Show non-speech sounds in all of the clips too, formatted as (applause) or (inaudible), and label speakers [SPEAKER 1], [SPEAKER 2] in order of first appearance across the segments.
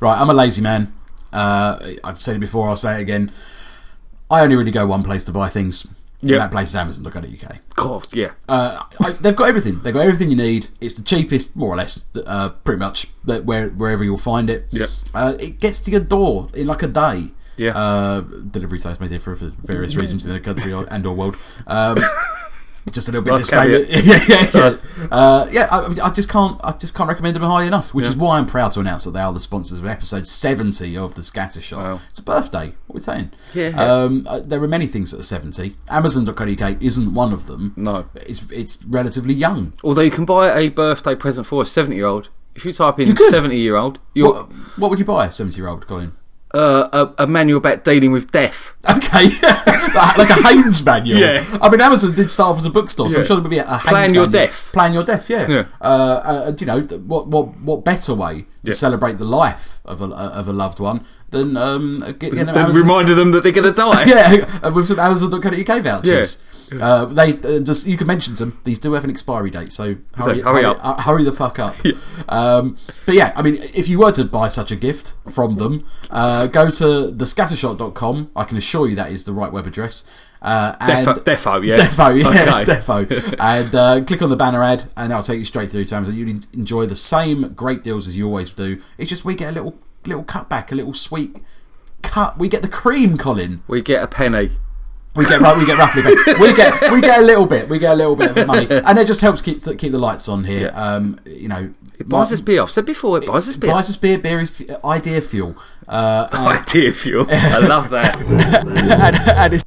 [SPEAKER 1] Right, I'm a lazy man. Uh, I've said it before, I'll say it again. I only really go one place to buy things.
[SPEAKER 2] Yep.
[SPEAKER 1] And that place is Amazon.co.uk.
[SPEAKER 2] God, yeah.
[SPEAKER 1] Uh, I, they've got everything. They've got everything you need. It's the cheapest, more or less, uh, pretty much, that where, wherever you'll find it.
[SPEAKER 2] Yep.
[SPEAKER 1] Uh, it gets to your door in like a day.
[SPEAKER 2] Yeah.
[SPEAKER 1] Uh, delivery times may differ for various regions in the country or, and or world.
[SPEAKER 2] (laughs)
[SPEAKER 1] Um, just a little bit
[SPEAKER 2] Nice
[SPEAKER 1] disclaimer. (laughs) yeah, yeah, yeah. Uh, yeah I, I just can't. I just can't recommend them highly enough. Which is why I'm proud to announce that they are the sponsors of episode 70 of the Scatter Shot.
[SPEAKER 2] Wow.
[SPEAKER 1] It's a birthday. What are we saying?
[SPEAKER 2] Yeah.
[SPEAKER 1] Um, uh, there are many things that are 70. Amazon.co.uk isn't one of them.
[SPEAKER 2] No.
[SPEAKER 1] It's it's relatively young.
[SPEAKER 2] Although you can buy a birthday present for a 70 year old. If you type in
[SPEAKER 1] could.
[SPEAKER 2] 70 year old,
[SPEAKER 1] What,
[SPEAKER 2] you're
[SPEAKER 1] what would you buy, 70 year old Colin?
[SPEAKER 2] uh, a, a manual about dealing with death.
[SPEAKER 1] Okay, (laughs) like a Haynes manual.
[SPEAKER 2] Yeah.
[SPEAKER 1] I mean, Amazon did start off as a bookstore, so
[SPEAKER 2] Yeah.
[SPEAKER 1] I'm sure there would be a, a Haynes
[SPEAKER 2] Plan your
[SPEAKER 1] manual.
[SPEAKER 2] death.
[SPEAKER 1] Plan your death. Yeah.
[SPEAKER 2] Yeah.
[SPEAKER 1] Uh, and, you know th- what? What? What better way to
[SPEAKER 2] Yeah.
[SPEAKER 1] celebrate the life of a of a loved one than um get, get an
[SPEAKER 2] Then
[SPEAKER 1] Amazon
[SPEAKER 2] reminded them that they're going to die.
[SPEAKER 1] (laughs) yeah, uh, with some Amazon.co.uk vouchers. Uh, they uh, just you can mention them. These do have an expiry date, so hurry,
[SPEAKER 2] So, hurry up.
[SPEAKER 1] uh, hurry the fuck
[SPEAKER 2] (laughs)
[SPEAKER 1] up. Um, but yeah, I mean, if you were to buy such a gift from them, uh, go to thescattershot.com. I can assure you that is the right web address. Uh, and
[SPEAKER 2] Defo, defo, yeah.
[SPEAKER 1] Defo, yeah,
[SPEAKER 2] Okay.
[SPEAKER 1] (laughs)
[SPEAKER 2] (laughs)
[SPEAKER 1] Defo. and uh, click on the banner ad, and that'll take you straight through to Amazon. You'll enjoy the same great deals as you always do. It's just we get a little little cutback, a little sweet cut. We get the cream, Colin.
[SPEAKER 2] We get a penny.
[SPEAKER 1] We get right. We get roughly. paid. We get we get a little bit. We get a little bit of money, and it just helps keep the, keep the lights on here. Um, you know, it
[SPEAKER 2] Buys us beer. I've said before, it buys us beer. (laughs)
[SPEAKER 1] Buys us beer. Beer is f- idea fuel. Uh, (laughs) and,
[SPEAKER 2] Idea fuel. I love
[SPEAKER 1] (laughs)
[SPEAKER 2] that.
[SPEAKER 1] and, and it's,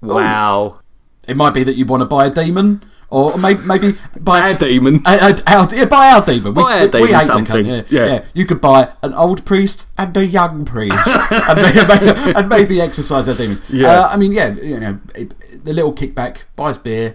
[SPEAKER 2] wow.
[SPEAKER 1] it might be that you want to buy a demon, or maybe maybe buy (laughs)
[SPEAKER 2] A demon.
[SPEAKER 1] Uh, uh, our, yeah, buy our demon. We,
[SPEAKER 2] Buy our
[SPEAKER 1] we- we
[SPEAKER 2] demon
[SPEAKER 1] hate the
[SPEAKER 2] something.
[SPEAKER 1] cunt,
[SPEAKER 2] Yeah.
[SPEAKER 1] You could buy an old priest and a young
[SPEAKER 2] (laughs)
[SPEAKER 1] priest, and, maybe, and maybe exercise their demons.
[SPEAKER 2] Yeah.
[SPEAKER 1] Uh, I mean, yeah, you know, it, the little kickback buys beer.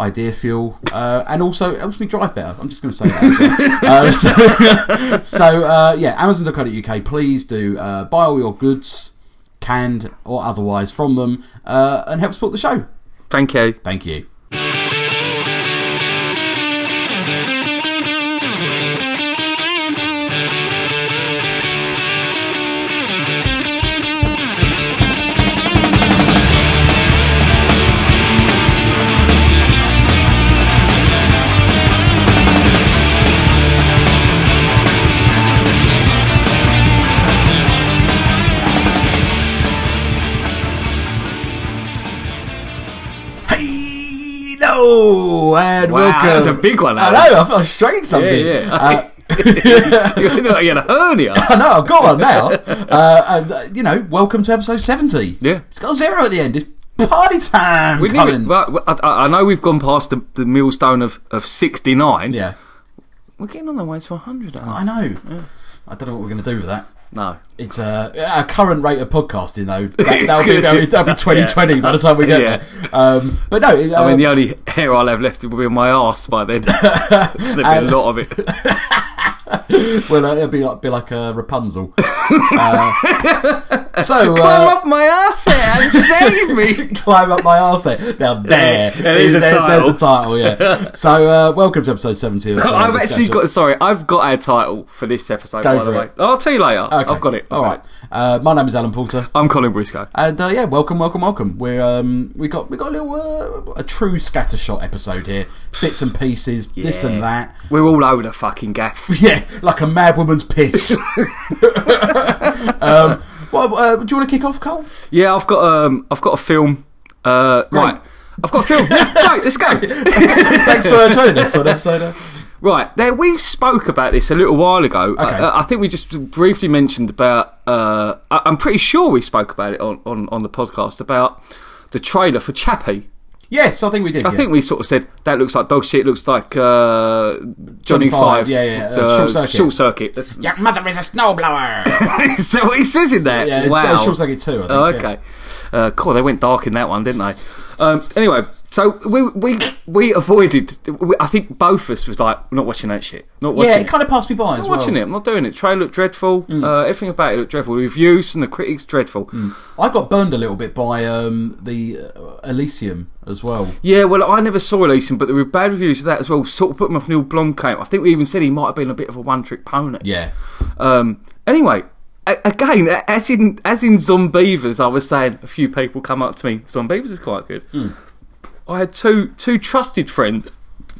[SPEAKER 1] Idea fuel, uh, and also it helps me drive better. I'm just going to say that. actually. uh,
[SPEAKER 2] (laughs)
[SPEAKER 1] so, (laughs) so uh, yeah, Amazon.co.uk. Please do uh, buy all your goods, canned or otherwise, from them, uh, and help support the show.
[SPEAKER 2] Thank you. (laughs)
[SPEAKER 1] Thank you. Hello and
[SPEAKER 2] Wow,
[SPEAKER 1] welcome.
[SPEAKER 2] that was a big one,
[SPEAKER 1] I
[SPEAKER 2] Alan.
[SPEAKER 1] know. I feel I strained something.
[SPEAKER 2] Yeah, yeah.
[SPEAKER 1] Uh, (laughs)
[SPEAKER 2] You're not going to hernia.
[SPEAKER 1] I know. I've got one now. Uh, and uh, you know, welcome to episode seventy.
[SPEAKER 2] Yeah.
[SPEAKER 1] it's got a zero at the end. It's party time.
[SPEAKER 2] We
[SPEAKER 1] Colin.
[SPEAKER 2] didn't, well, I, I- I know we've gone past the, the millstone of, of 69.
[SPEAKER 1] yeah,
[SPEAKER 2] We're getting on the way to 100, aren't
[SPEAKER 1] I know. I don't know what we're going to do with that.
[SPEAKER 2] we? No.
[SPEAKER 1] It's uh, our current rate of podcasting,
[SPEAKER 2] (laughs)
[SPEAKER 1] though. That,
[SPEAKER 2] It's
[SPEAKER 1] that'll, be,
[SPEAKER 2] good.
[SPEAKER 1] that'll, be,
[SPEAKER 2] (laughs)
[SPEAKER 1] that'll be 2020 by the time we get
[SPEAKER 2] Yeah.
[SPEAKER 1] there. Um, but no, it, uh,
[SPEAKER 2] I mean, the only hair I'll have left will be on my arse
[SPEAKER 1] (laughs)
[SPEAKER 2] by then. There'll be a lot of it.
[SPEAKER 1] well, uh, it'll be like, be like a
[SPEAKER 2] (laughs)
[SPEAKER 1] Rapunzel. uh, so,
[SPEAKER 2] Blow
[SPEAKER 1] uh,
[SPEAKER 2] up my arse
[SPEAKER 1] (laughs)
[SPEAKER 2] hair and save me.
[SPEAKER 1] climb up my arse there. Now there,
[SPEAKER 2] There is a
[SPEAKER 1] there-
[SPEAKER 2] title.
[SPEAKER 1] there's the title.
[SPEAKER 2] (laughs)
[SPEAKER 1] Yeah. so uh, welcome to episode seventy. Of the Final
[SPEAKER 2] I've actually
[SPEAKER 1] Discussion.
[SPEAKER 2] got, sorry, I've got a title for this episode,
[SPEAKER 1] Go
[SPEAKER 2] by the
[SPEAKER 1] for
[SPEAKER 2] way.
[SPEAKER 1] it.
[SPEAKER 2] I'll tell you later.
[SPEAKER 1] Okay.
[SPEAKER 2] I've got it.
[SPEAKER 1] All right. Uh, my name is Alan Poulter,
[SPEAKER 2] I'm Colin Briscoe.
[SPEAKER 1] and uh, yeah, welcome, welcome, welcome. We're um, we got we got a little uh, a true scattershot episode here, bits and pieces, this and that. (laughs)
[SPEAKER 2] We're all over the fucking gaff.
[SPEAKER 1] Yeah, like a mad woman's
[SPEAKER 2] (laughs)
[SPEAKER 1] piss. (laughs) um, well, uh, do you want to kick off, Cole?
[SPEAKER 2] Yeah, I've got um, I've got a film. Uh, right, I've got a film. Yeah, right,
[SPEAKER 1] (laughs)
[SPEAKER 2] let's go.
[SPEAKER 1] Thanks for uh, joining us on episode. Uh,
[SPEAKER 2] Right, now we spoke about this a little while ago. Uh,
[SPEAKER 1] Okay.
[SPEAKER 2] I, I think we just briefly mentioned about. Uh, I, I'm pretty sure we spoke about it on, on, on the podcast about the trailer for Chappie.
[SPEAKER 1] yes, I think we did.
[SPEAKER 2] I
[SPEAKER 1] yeah.
[SPEAKER 2] think we sort of said that looks like dog shit. It looks like uh, Johnny,
[SPEAKER 1] Johnny Five,
[SPEAKER 2] Five.
[SPEAKER 1] yeah, yeah, uh,
[SPEAKER 2] the
[SPEAKER 1] Short Circuit.
[SPEAKER 2] Short circuit. That's,
[SPEAKER 1] Your mother is a snowblower.
[SPEAKER 2] (laughs) is that what he says in there?
[SPEAKER 1] Yeah,
[SPEAKER 2] wow.
[SPEAKER 1] it's, uh, Short Circuit 2, I think.
[SPEAKER 2] Oh,
[SPEAKER 1] yeah.
[SPEAKER 2] okay. Uh, cool. They went dark in that one, didn't they? Um, anyway, so we we we avoided. We, I think both of us was like, we're not watching that shit. Not watching
[SPEAKER 1] Yeah,
[SPEAKER 2] it.
[SPEAKER 1] it kind of passed me by as
[SPEAKER 2] not
[SPEAKER 1] well. Mm.
[SPEAKER 2] watching it. I'm not doing it. Trailer looked dreadful. Uh, everything about it looked dreadful. The reviews and the critics dreadful.
[SPEAKER 1] I got burned a little bit by um, the uh, Elysium as well.
[SPEAKER 2] Yeah, well, I never saw Elysium, but there were bad reviews of that as well. Sort of put him off Neil Blomkamp. I think we even said he might have been a bit of a one-trick pony.
[SPEAKER 1] Yeah,
[SPEAKER 2] Um, anyway, a- again, a- as in as in Zombievers, I was saying a few people come up to me. Zombievers is quite good.
[SPEAKER 1] Mm.
[SPEAKER 2] I had two two trusted friends.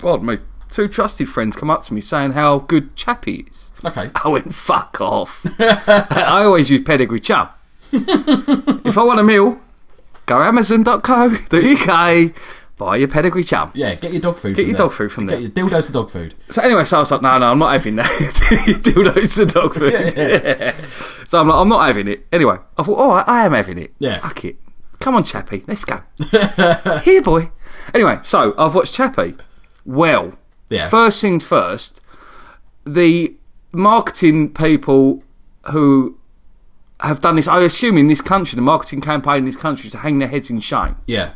[SPEAKER 2] Pardon me. Two trusted friends come up to me saying how good Chappie is.
[SPEAKER 1] Okay.
[SPEAKER 2] (laughs) I went fuck off. I always use pedigree chum. if I want a meal, go Amazon.co.uk, buy your pedigree chum.
[SPEAKER 1] Yeah, get your dog food.
[SPEAKER 2] Get
[SPEAKER 1] from
[SPEAKER 2] your
[SPEAKER 1] there.
[SPEAKER 2] dog food from there.
[SPEAKER 1] Get your dildos to dog food.
[SPEAKER 2] So anyway, so I was like, no, no, I'm not having that. (laughs) Dildo's the dog food. So I'm like, I'm not having it. Anyway, I thought, all right, I am having it.
[SPEAKER 1] Yeah.
[SPEAKER 2] Fuck it. Come on, Chappie. Let's go. Here, boy. Anyway, so I've watched Chappie. Well,
[SPEAKER 1] Yeah.
[SPEAKER 2] first things first, the marketing people who have done this, I assume in this country, the marketing campaign in this country is to hang their heads in shame.
[SPEAKER 1] Yeah.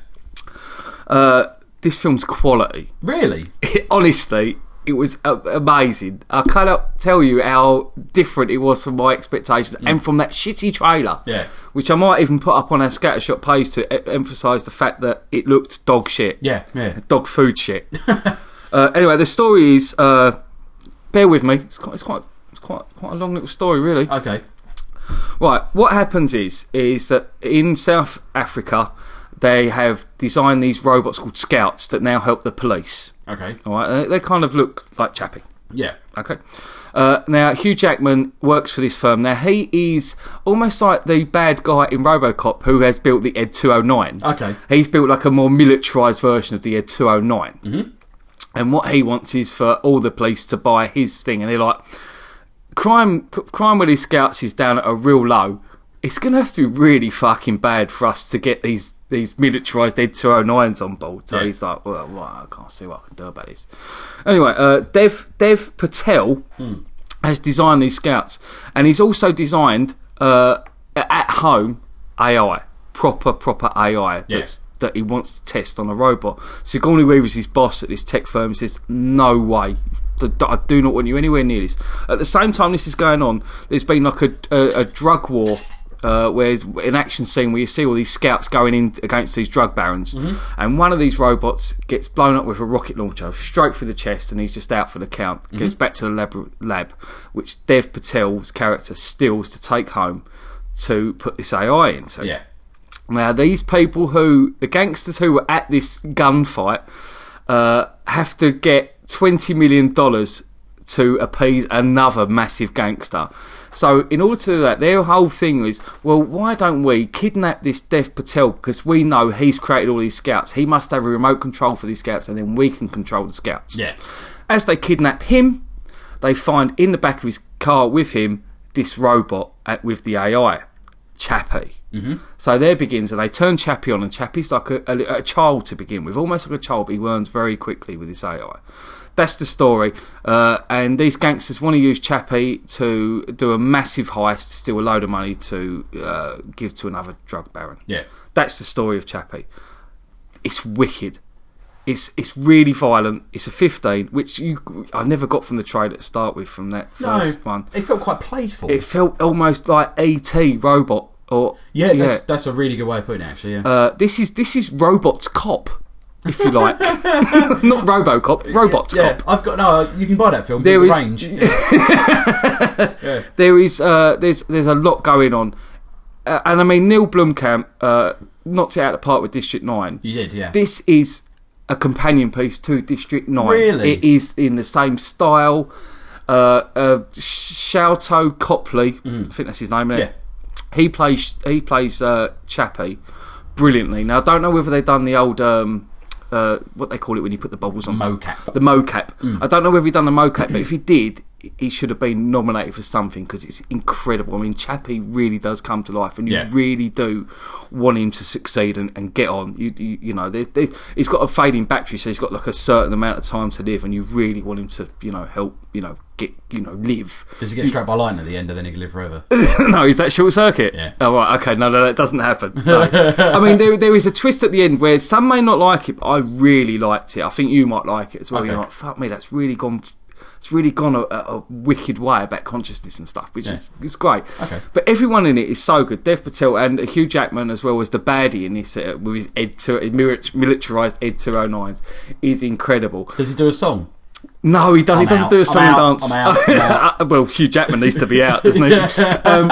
[SPEAKER 2] Uh, this film's quality (laughs)
[SPEAKER 1] Really?
[SPEAKER 2] honestly, it was a- amazing. I cannot tell you how different it was from my expectations and from that shitty trailer.
[SPEAKER 1] Yeah.
[SPEAKER 2] Which I might even put up on our scattershot page to e- emphasise the fact that it looked dog shit.
[SPEAKER 1] Yeah. Yeah.
[SPEAKER 2] Dog food shit. (laughs) uh, anyway, the story is. Uh, bear with me. It's quite. It's quite. It's quite. Quite a long little story, really.
[SPEAKER 1] Okay.
[SPEAKER 2] Right, what happens is is that in South Africa, they have designed these robots called scouts that now help the police.
[SPEAKER 1] Okay.
[SPEAKER 2] All right, they, they kind of look like Chappie.
[SPEAKER 1] Yeah.
[SPEAKER 2] Okay. Uh, now Hugh Jackman works for this firm. Now he is almost like the bad guy in RoboCop who has built the Ed 209.
[SPEAKER 1] Okay.
[SPEAKER 2] (laughs) He's built like a more militarized version of the Ed 209. Mm-hmm. And what he wants is for all the police to buy his thing, and they're like, crime c- crime with these scouts is down at a real low. It's gonna have to be really fucking bad for us to get these these militarized Ed 209s on board. So
[SPEAKER 1] Yeah.
[SPEAKER 2] he's like, well, well, I can't see what I can do about this. Anyway, uh, Dev Dev Patel has designed these scouts, and he's also designed uh, a- at home AI, proper proper AI. That's, that he wants to test on a robot. Sigourney Weaver's his boss at this tech firm and says, No way. D- d- I do not want you anywhere near this. At the same time, this is going on, there's been like a, a, a drug war. Uh, where it's an action scene where you see all these scouts going in against these drug barons, and one of these robots gets blown up with a rocket launcher straight through the chest, and he's just out for the count. Goes back to the lab, lab, which Dev Patel's character steals to take home to put this AI into.
[SPEAKER 1] Yeah.
[SPEAKER 2] Now, these people who, the gangsters who were at this gunfight, uh, have to get $20 million to appease another massive gangster. So, in order to do that, their whole thing is well, why don't we kidnap this Dev Patel? Because we know he's created all these scouts. He must have a remote control for these scouts, and then we can control the scouts.
[SPEAKER 1] Yeah.
[SPEAKER 2] As they kidnap him, they find in the back of his car with him this robot at, with the AI, Chappie. Mm-hmm. So there begins, and they turn Chappie on, and Chappie's like a, a, a child to begin with, almost like a child, but he learns very quickly with this AI. That's the story. Uh, and these gangsters want to use Chappie to do a massive heist, steal a load of money to uh, give to another drug baron.
[SPEAKER 1] Yeah.
[SPEAKER 2] That's the story of Chappie. It's wicked. It's it's really violent. It's a 15, which you I never got from the trailer to start with from that first one.
[SPEAKER 1] It felt quite playful.
[SPEAKER 2] It felt almost like ET robot or
[SPEAKER 1] yeah, that's that's a really good way of putting it actually, yeah.
[SPEAKER 2] Uh, this is this is Robot's Cop, if
[SPEAKER 1] (laughs)
[SPEAKER 2] you like. Not RoboCop, Robot's
[SPEAKER 1] yeah,
[SPEAKER 2] Cop.
[SPEAKER 1] I've got no. You can buy that film.
[SPEAKER 2] There
[SPEAKER 1] the
[SPEAKER 2] is-
[SPEAKER 1] range. Yeah. yeah.
[SPEAKER 2] there is uh, there's there's a lot going on, uh, and I mean Neil Blomkamp uh, knocked it out of the park with District Nine.
[SPEAKER 1] You did, yeah.
[SPEAKER 2] This is a companion piece to District Nine.
[SPEAKER 1] Really?
[SPEAKER 2] it is in the same style. Uh, uh, Shalto Copley, I think that's his name. is
[SPEAKER 1] Mm. Yeah.
[SPEAKER 2] he plays he plays uh, Chappie brilliantly. Now I don't know whether they've done the old um, uh, what they call it when you put the bubbles on
[SPEAKER 1] Mocap.
[SPEAKER 2] the mocap. I don't know whether he done the mocap, but if he did, he should have been nominated for something because it's incredible. I mean, Chappie really does come to life, and you
[SPEAKER 1] Yeah.
[SPEAKER 2] really do want him to succeed and, and get on. You you, you know, there there- he's got a fading battery, so he's got like a certain amount of time to live, and you really want him to you know help you know get you know live.
[SPEAKER 1] Does he get struck by lightning at the end, and then he can live forever?
[SPEAKER 2] (laughs) no, is that short circuit?
[SPEAKER 1] Yeah.
[SPEAKER 2] Oh, right. Okay. No, no, that doesn't happen. No. I mean, there, there is a twist at the end where some may not like it, but I really liked it. I think you might like it as well. You're
[SPEAKER 1] Okay.
[SPEAKER 2] like, fuck me, that's really gone. It's really gone a, a a wicked way about consciousness and stuff, which is it's great.
[SPEAKER 1] Okay.
[SPEAKER 2] But everyone in it is so good. Dev Patel and Hugh Jackman, as well as the baddie in this uh, with his Ed two, militarized Ed 209s, is incredible.
[SPEAKER 1] Does he do a song?
[SPEAKER 2] No, he does. he
[SPEAKER 1] I'm
[SPEAKER 2] doesn't
[SPEAKER 1] out.
[SPEAKER 2] do a
[SPEAKER 1] I'm
[SPEAKER 2] song
[SPEAKER 1] out.
[SPEAKER 2] and dance.
[SPEAKER 1] I'm out. I'm out.
[SPEAKER 2] (laughs) well, Hugh Jackman needs to be out,
[SPEAKER 1] (laughs)
[SPEAKER 2] doesn't he? Um,